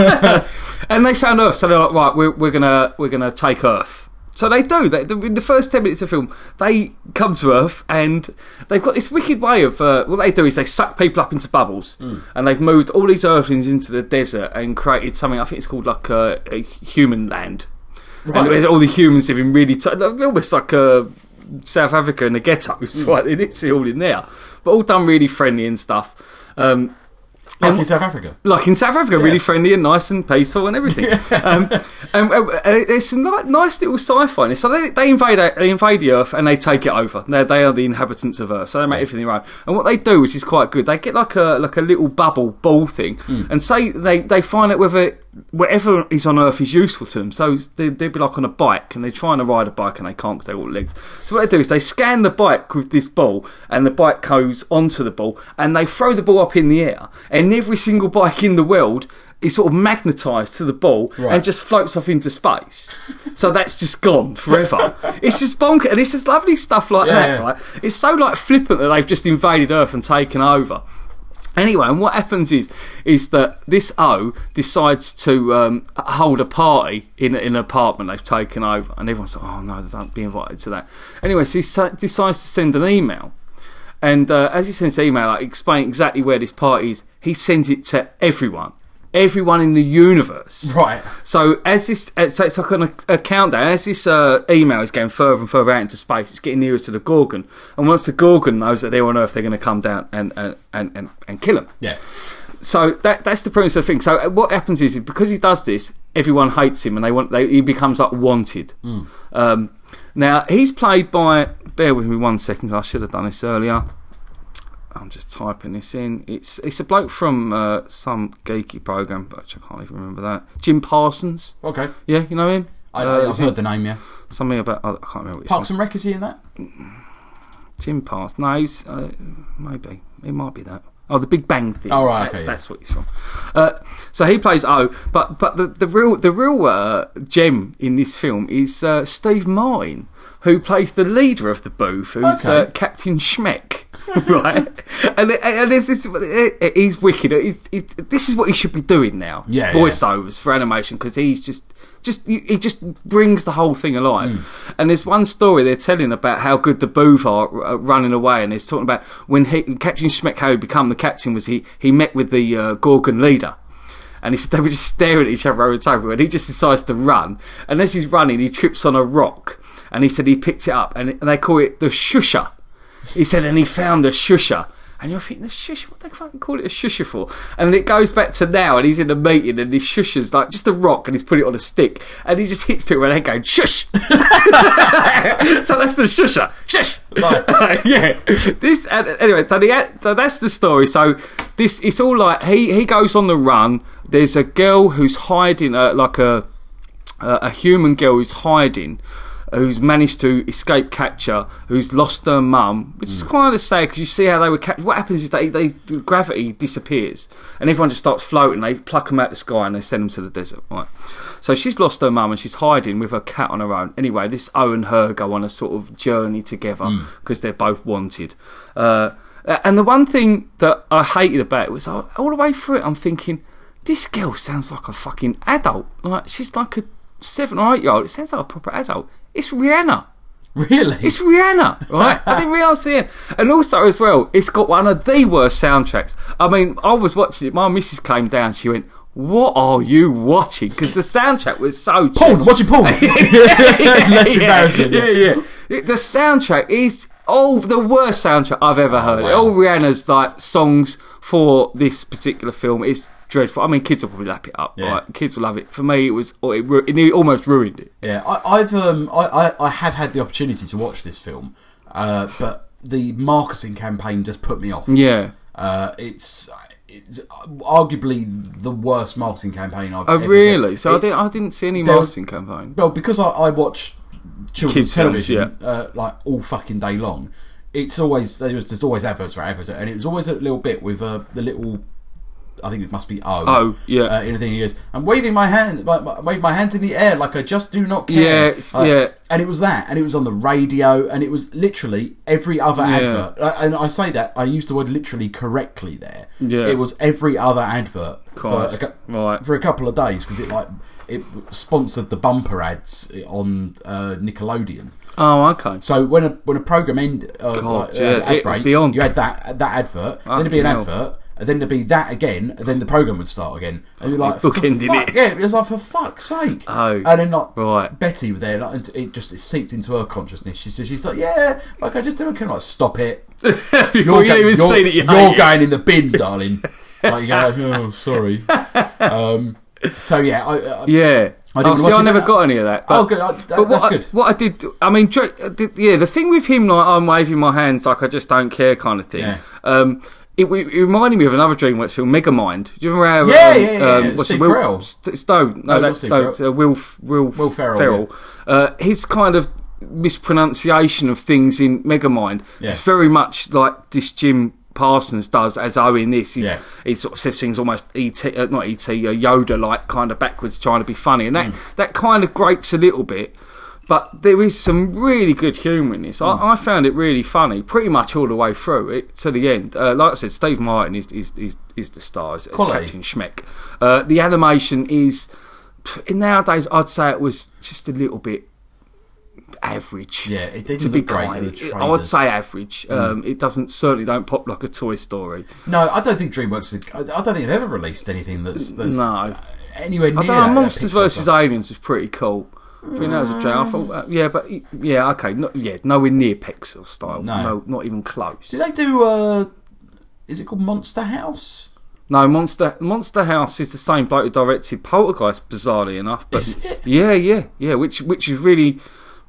[SPEAKER 2] And they found Earth, so they're like, right, we're, we're gonna we're gonna take Earth. So they do. They, in the first ten minutes of the film, they come to Earth, and they've got this wicked way of uh, what they do is they suck people up into bubbles, and they've moved all these Earthlings into the desert and created something. I think it's called like uh, a human land. And
[SPEAKER 1] Right.
[SPEAKER 2] all the humans live in really tight, almost like uh, South Africa in the ghettos, right? They're literally all in there, but all done really friendly and stuff. Um,
[SPEAKER 1] Like in South Africa.
[SPEAKER 2] like in South Africa, really friendly and nice and peaceful and everything. um, and, and it's some ni- nice little sci-fi. in it. So they, they invade uh, they invade the Earth and they take it over. They, they are the inhabitants of Earth, so they make everything their own. And what they do, which is quite good, they get like a like a little bubble ball thing, and say they, they find out whether whatever is on Earth is useful to them. So they, they'd be like on a bike and they're trying to ride a bike and they can't because they're all legs. So what they do is they scan the bike with this ball and the bike goes onto the ball and they throw the ball up in the air and every single bike in the world is sort of magnetized to the ball
[SPEAKER 1] Right.
[SPEAKER 2] and just floats off into space. so that's just
[SPEAKER 1] (laughs)
[SPEAKER 2] gone forever. it's just bonkers. And it's just lovely stuff like
[SPEAKER 1] Yeah,
[SPEAKER 2] that,
[SPEAKER 1] yeah.
[SPEAKER 2] right? It's so like flippant that they've just invaded Earth and taken over. Anyway, and what happens is is that this O decides to um, hold a party in, in an apartment they've taken over, and everyone's like, "Oh no, don't be invited to that." Anyway, so he sa- decides to send an email, and uh, as he sends the email, like explain exactly where this party is. He sends it to everyone, everyone in the universe.
[SPEAKER 1] Right.
[SPEAKER 2] So as this, uh, so it's like on a, a countdown. As this uh, email is going further and further out into space, it's getting nearer to the Gorgon. And once the Gorgon knows that they're on Earth, they're going to come down and and, and, and, and kill them.
[SPEAKER 1] Yeah.
[SPEAKER 2] So that that's the premise of the thing. So uh, what happens is because he does this, everyone hates him, and they want they, he becomes like wanted. Um, now he's played by. Bear with me one second. I should have done this earlier. I'm just typing this in. It's it's a bloke from uh, some geeky program, but I can't even remember that. Jim Parsons.
[SPEAKER 1] Okay.
[SPEAKER 2] Yeah, you know him.
[SPEAKER 1] I,
[SPEAKER 2] Uh,
[SPEAKER 1] I've
[SPEAKER 2] is
[SPEAKER 1] heard
[SPEAKER 2] it
[SPEAKER 1] the name, yeah.
[SPEAKER 2] something about I can't remember. Which
[SPEAKER 1] Parks and Rec, is he in that? (laughs)
[SPEAKER 2] one. Jim Pass. No, he's, uh, maybe it might be that. Oh, the Big Bang Theory.
[SPEAKER 1] Oh, right,
[SPEAKER 2] that's,
[SPEAKER 1] okay, yeah.
[SPEAKER 2] that's what he's from. Uh, so he plays O, but but the, the real the real uh, gem in this film is uh, Steve Martin, who plays the leader of the booth, who's
[SPEAKER 1] Okay.
[SPEAKER 2] uh, Captain Schmeck, (laughs) right? and and there's this, he's wicked. He's, he's, this is what he should be doing now.
[SPEAKER 1] Yeah,
[SPEAKER 2] voice
[SPEAKER 1] yeah.
[SPEAKER 2] voiceovers for animation because he's just just he he just brings the whole thing alive.
[SPEAKER 1] Hmm.
[SPEAKER 2] And there's one story they're telling about how good the Booth are uh, running away, and it's talking about when he, Captain Schmeck how he become the captain was he he met with the uh, Gorgon leader. And he said (laughs) they were just staring at each other over the table, and he just decides to run. And as he's running, he trips on a rock, and he said he picked it up, and, it- and they call it the shusher. He said, and he found the shusher. And you're thinking, the shush, what the fuck call it a shusher for? And it goes back to now, and he's in a meeting, and his shusher's like just a rock, and he's put it on a stick, and he just hits people, and they go, shush! (laughs) so that's the shusher, shush!
[SPEAKER 1] Nice.
[SPEAKER 2] (laughs) yeah. This and, Anyway, so, the, so that's the story. So this it's all like, he, he goes on the run, there's a girl who's hiding, uh, like a uh, a human girl who's hiding, who's managed to escape capture, who's lost her mum, which is kind of sad because you see how they were captured. What happens is they, they the gravity disappears and everyone just starts floating. They pluck them out of the sky and they send them to the desert. Right. So she's lost her mum and she's hiding with her cat on her own. Anyway, this O and her go on a sort of journey together because they're both wanted. Uh, and the one thing that I hated about it was I, all the way through it, I'm thinking, this girl sounds like a fucking adult. Like she's like a seven or eight year old. It sounds like a proper adult. It's Rihanna.
[SPEAKER 1] Really?
[SPEAKER 2] It's Rihanna, right? I didn't realise it. And also as well, it's got one of the worst soundtracks. I mean, I was watching it. My missus came down. She went, "What are you watching?" Because the soundtrack was
[SPEAKER 1] (laughs)
[SPEAKER 2] so. cheap.
[SPEAKER 1] porn. I'm watching
[SPEAKER 2] (laughs)
[SPEAKER 1] porn. Less
[SPEAKER 2] Yeah,
[SPEAKER 1] embarrassing.
[SPEAKER 2] Yeah, yeah. It- The soundtrack is oh the worst soundtrack I've ever heard.
[SPEAKER 1] wow.
[SPEAKER 2] All Rihanna's like songs for this particular film is dreadful. I mean, kids will probably lap it up.
[SPEAKER 1] Yeah.
[SPEAKER 2] Right? Kids will love it. For me, it was oh, it, ru- it nearly almost ruined it.
[SPEAKER 1] Yeah, I, I've um, I, I, I have had the opportunity to watch this film, uh, but the marketing campaign just put me off.
[SPEAKER 2] Yeah.
[SPEAKER 1] uh, it's it's arguably the worst marketing campaign I've.
[SPEAKER 2] Oh
[SPEAKER 1] ever
[SPEAKER 2] really?
[SPEAKER 1] Seen.
[SPEAKER 2] So I
[SPEAKER 1] It-
[SPEAKER 2] didn't I didn't see any
[SPEAKER 1] there was-
[SPEAKER 2] marketing campaign.
[SPEAKER 1] well because I, I watch children's
[SPEAKER 2] Kids' films,
[SPEAKER 1] television uh, like all fucking day long. It's always there was just always adverts for adverts, and it was always a little bit with uh, the little I think it must be O.
[SPEAKER 2] O, yeah.
[SPEAKER 1] Uh, anything he goes, I'm waving my hands, my, my, wave my hands in the air like I just do not care.
[SPEAKER 2] Yeah, it's-
[SPEAKER 1] Uh,
[SPEAKER 2] yeah.
[SPEAKER 1] And it was that, and it was on the radio, and it was literally every other
[SPEAKER 2] Yeah.
[SPEAKER 1] advert. Uh, and I say that I use the word literally correctly there.
[SPEAKER 2] Yeah.
[SPEAKER 1] It was every other advert for a,
[SPEAKER 2] Christ.
[SPEAKER 1] cou-
[SPEAKER 2] Right.
[SPEAKER 1] uh, for a couple of days because it like it sponsored the bumper ads on uh, Nickelodeon.
[SPEAKER 2] Oh, okay.
[SPEAKER 1] (laughs) So when a when a program ended, uh,
[SPEAKER 2] God,
[SPEAKER 1] like, uh,
[SPEAKER 2] yeah,
[SPEAKER 1] ad
[SPEAKER 2] it-
[SPEAKER 1] break,
[SPEAKER 2] beyond.
[SPEAKER 1] you had that that advert, then it'd be an
[SPEAKER 2] Fucking hell.
[SPEAKER 1] advert, and then there'd be that again, and then the program would start again, and you're like,
[SPEAKER 2] Fucking
[SPEAKER 1] for
[SPEAKER 2] bookended
[SPEAKER 1] fuck,
[SPEAKER 2] it.
[SPEAKER 1] yeah, it was like for fuck's sake,
[SPEAKER 2] Oh,
[SPEAKER 1] and then like
[SPEAKER 2] right.
[SPEAKER 1] Betty was there, like, and it just it seeped into her consciousness. She so she's like, yeah, like I just do, I can like stop it.
[SPEAKER 2] Before you even say that you
[SPEAKER 1] you're
[SPEAKER 2] hate it.
[SPEAKER 1] going in the bin,
[SPEAKER 2] (laughs)
[SPEAKER 1] darling. like you go, oh, sorry. Um, so yeah, I, I,
[SPEAKER 2] Yeah.
[SPEAKER 1] I
[SPEAKER 2] I
[SPEAKER 1] didn't
[SPEAKER 2] oh, see,
[SPEAKER 1] watch
[SPEAKER 2] I
[SPEAKER 1] it,
[SPEAKER 2] never
[SPEAKER 1] but-
[SPEAKER 2] got any of that.
[SPEAKER 1] Oh, good, I- that-
[SPEAKER 2] but what
[SPEAKER 1] that's
[SPEAKER 2] I-
[SPEAKER 1] good.
[SPEAKER 2] What I did, I mean, Drake, uh, did, yeah, the thing with him, like, I'm waving my hands like I just don't care kind of thing.
[SPEAKER 1] Yeah.
[SPEAKER 2] Um, it, it reminded me of another DreamWorks film, Megamind. Do you remember
[SPEAKER 1] Yeah,
[SPEAKER 2] how? um,
[SPEAKER 1] yeah, yeah,
[SPEAKER 2] um,
[SPEAKER 1] yeah,
[SPEAKER 2] what's it,
[SPEAKER 1] Steve
[SPEAKER 2] Will-
[SPEAKER 1] Carell.
[SPEAKER 2] St- Stone. No,
[SPEAKER 1] No, not
[SPEAKER 2] that's
[SPEAKER 1] Steve
[SPEAKER 2] Stone.
[SPEAKER 1] Carell.
[SPEAKER 2] Uh, Will, F- Will, Will
[SPEAKER 1] Ferrell,
[SPEAKER 2] Uh, his kind of mispronunciation of things in Megamind
[SPEAKER 1] Yeah.
[SPEAKER 2] is very much like this Jim Parsons does as O in this. He's,
[SPEAKER 1] Yeah.
[SPEAKER 2] he sort of says things almost ET, uh, not ET, uh, Yoda like, kind of backwards, trying to be funny, and
[SPEAKER 1] Hmm.
[SPEAKER 2] that that kind of grates a little bit. But there is some really good humour in this.
[SPEAKER 1] Hmm.
[SPEAKER 2] I, I found it really funny, pretty much all the way through it to the end. Uh, like I said, Steve Martin is is is, is the star as, as
[SPEAKER 1] Quality.
[SPEAKER 2] Captain Schmeck. Uh, the animation is pff, nowadays I'd say it was just a little bit average.
[SPEAKER 1] Yeah, it didn't
[SPEAKER 2] to be
[SPEAKER 1] look great in
[SPEAKER 2] kind.
[SPEAKER 1] the
[SPEAKER 2] It- I would
[SPEAKER 1] trailers. Mm.
[SPEAKER 2] say average. Um, it doesn't certainly don't pop like a Toy Story.
[SPEAKER 1] no, I don't think DreamWorks. I I don't think they've ever released anything that's, that's
[SPEAKER 2] No.
[SPEAKER 1] anywhere near.
[SPEAKER 2] I don't
[SPEAKER 1] uh, that
[SPEAKER 2] know. Monsters
[SPEAKER 1] Pixar
[SPEAKER 2] versus
[SPEAKER 1] stuff.
[SPEAKER 2] Aliens was pretty cool. You know, as a joke, I thought, uh, yeah, but yeah, okay, no, yeah, nowhere near Pixar style.
[SPEAKER 1] No.
[SPEAKER 2] No, not even close.
[SPEAKER 1] Do they do? Uh, is it called Monster House?
[SPEAKER 2] No, Monster Monster House is the same bloke who directed Poltergeist, bizarrely enough. But
[SPEAKER 1] Is it?
[SPEAKER 2] (laughs) yeah, yeah, yeah, which which has really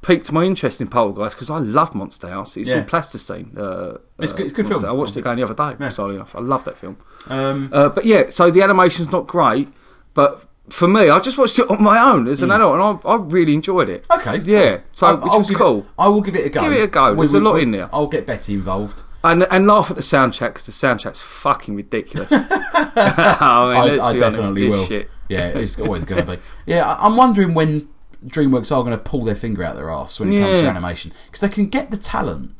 [SPEAKER 2] piqued my interest in Poltergeist because I love Monster House. It's
[SPEAKER 1] Yeah.
[SPEAKER 2] all plasticine. Uh,
[SPEAKER 1] It's
[SPEAKER 2] uh,
[SPEAKER 1] good- it's a good
[SPEAKER 2] Monster-
[SPEAKER 1] film.
[SPEAKER 2] I watched it again the other day. Bizarrely enough, I love that film.
[SPEAKER 1] Um,
[SPEAKER 2] Uh, but yeah, so the animation's not great, but for me, I just watched it on my own as an adult, and I, I really enjoyed it.
[SPEAKER 1] Mm. okay. cool.
[SPEAKER 2] Yeah, so
[SPEAKER 1] I'll-
[SPEAKER 2] which
[SPEAKER 1] I'll
[SPEAKER 2] was
[SPEAKER 1] give
[SPEAKER 2] cool.
[SPEAKER 1] It, I will give it a go.
[SPEAKER 2] Give it a go. There's a lot in there.
[SPEAKER 1] I'll get Betty involved.
[SPEAKER 2] And and laugh at the soundtrack because the soundtrack's fucking ridiculous. (laughs)
[SPEAKER 1] (laughs)
[SPEAKER 2] I, mean,
[SPEAKER 1] I,
[SPEAKER 2] let's
[SPEAKER 1] I
[SPEAKER 2] be
[SPEAKER 1] definitely
[SPEAKER 2] honest, this
[SPEAKER 1] will.
[SPEAKER 2] Shit. (laughs)
[SPEAKER 1] Yeah, it's always going to be. Yeah, I, I'm wondering when DreamWorks are going to pull their finger out their arse when it comes to
[SPEAKER 2] Yeah.
[SPEAKER 1] animation because they can get the talent.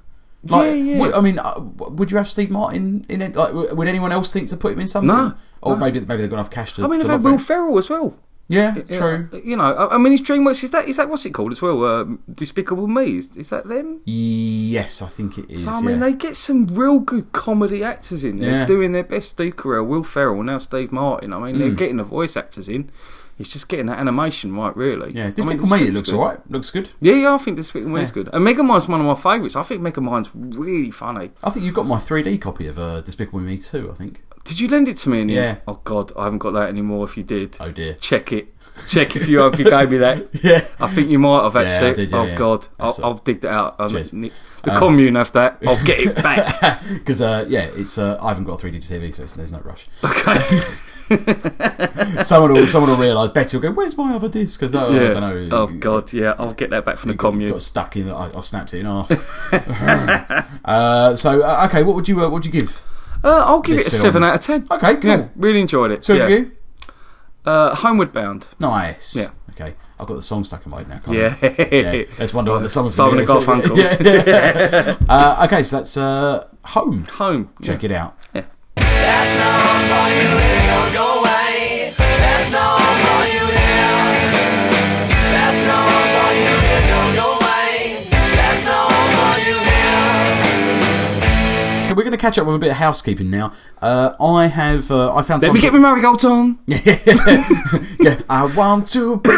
[SPEAKER 1] Like,
[SPEAKER 2] Yeah, yeah.
[SPEAKER 1] would- I mean, uh, would you have Steve Martin in it? Like, w- would anyone else think to put him in something?
[SPEAKER 2] No,
[SPEAKER 1] Or maybe maybe they've got enough cash to.
[SPEAKER 2] I mean,
[SPEAKER 1] to
[SPEAKER 2] they've had
[SPEAKER 1] not
[SPEAKER 2] Will
[SPEAKER 1] bring-
[SPEAKER 2] Ferrell as well.
[SPEAKER 1] Yeah,
[SPEAKER 2] Yeah,
[SPEAKER 1] true.
[SPEAKER 2] You know, I, I mean, his DreamWorks is that is that what's it called as well? Um, Despicable Me is, is that them?
[SPEAKER 1] Yes, I think it is.
[SPEAKER 2] So, I mean,
[SPEAKER 1] yeah.
[SPEAKER 2] they get some real good comedy actors in there
[SPEAKER 1] Yeah.
[SPEAKER 2] doing their best. Steve Carell, Will Ferrell, now Steve Martin. I mean,
[SPEAKER 1] Mm.
[SPEAKER 2] they're getting the voice actors in. It's just getting that animation right, really.
[SPEAKER 1] Yeah,
[SPEAKER 2] I mean,
[SPEAKER 1] Despicable Me,
[SPEAKER 2] the
[SPEAKER 1] it
[SPEAKER 2] script's
[SPEAKER 1] looks
[SPEAKER 2] good.
[SPEAKER 1] alright. Looks good.
[SPEAKER 2] Yeah, yeah, I think Despicable Me is
[SPEAKER 1] Yeah.
[SPEAKER 2] good. And Mega Mind's one of my favourites. I think Mega Mind's really funny.
[SPEAKER 1] I think you've got my 3D copy of uh, Despicable Me 2, I think.
[SPEAKER 2] Did you lend it to me? In the
[SPEAKER 1] Yeah.
[SPEAKER 2] end? Oh God, I haven't got that anymore. If you did,
[SPEAKER 1] Oh dear. (laughs)
[SPEAKER 2] check it. Check if you if you gave me that.
[SPEAKER 1] Yeah.
[SPEAKER 2] I think you might have
[SPEAKER 1] I
[SPEAKER 2] actually.
[SPEAKER 1] did, yeah,
[SPEAKER 2] oh
[SPEAKER 1] yeah.
[SPEAKER 2] God,
[SPEAKER 1] That's
[SPEAKER 2] I'll,
[SPEAKER 1] it.
[SPEAKER 2] I'll dig that out. Um,
[SPEAKER 1] Cheers.
[SPEAKER 2] the commune have
[SPEAKER 1] (laughs)
[SPEAKER 2] that. I'll get it back.
[SPEAKER 1] Because, uh, yeah, it's uh, I haven't got a 3D TV, so it's, there's no rush.
[SPEAKER 2] okay.
[SPEAKER 1] (laughs) Someone will, someone will realise, Betty will go, where's my other disc? Because, (laughs) oh, I
[SPEAKER 2] Yeah.
[SPEAKER 1] don't know.
[SPEAKER 2] oh God, yeah, I'll get that back from the commune.
[SPEAKER 1] Got stuck in, I, I snapped it in
[SPEAKER 2] (laughs)
[SPEAKER 1] half. (laughs) uh, so, uh, okay, what would you uh, what would you give?
[SPEAKER 2] Uh, I'll give
[SPEAKER 1] This
[SPEAKER 2] it a
[SPEAKER 1] film.
[SPEAKER 2] seven out of ten.
[SPEAKER 1] Okay, cool.
[SPEAKER 2] Yeah, really enjoyed it.
[SPEAKER 1] Two
[SPEAKER 2] yeah.
[SPEAKER 1] of you?
[SPEAKER 2] Uh, Homeward Bound.
[SPEAKER 1] Nice.
[SPEAKER 2] Yeah.
[SPEAKER 1] Okay, I've got the song stuck in my head now. Can't
[SPEAKER 2] Yeah.
[SPEAKER 1] I? Oh, yeah. Let's wonder what the song's
[SPEAKER 2] Simon
[SPEAKER 1] gonna
[SPEAKER 2] and
[SPEAKER 1] be.
[SPEAKER 2] Garfunkel.
[SPEAKER 1] Yeah, (laughs) yeah.
[SPEAKER 2] (laughs)
[SPEAKER 1] uh, okay, so that's uh, Home.
[SPEAKER 2] Home. Yeah.
[SPEAKER 1] Check it out.
[SPEAKER 4] That's not for you, it'll go away. That's not for you, it'll. That's not for you, it'll go away. That's not for you, it'll.
[SPEAKER 1] Okay, we're going to catch up with a bit of housekeeping now. Uh, I have uh, I found
[SPEAKER 2] Let me
[SPEAKER 1] something-
[SPEAKER 2] get me marigold on.
[SPEAKER 1] yeah, I want to be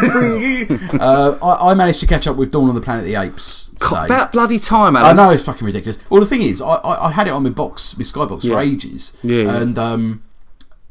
[SPEAKER 1] free. uh, I, I managed to catch up with Dawn on the Planet of the Apes today.
[SPEAKER 2] About bloody time,
[SPEAKER 1] I
[SPEAKER 2] Alan.
[SPEAKER 1] know it's fucking ridiculous. Well, the thing is, I, I, I had it on my box, my Skybox for
[SPEAKER 2] Yeah.
[SPEAKER 1] ages,
[SPEAKER 2] Yeah, yeah.
[SPEAKER 1] and um,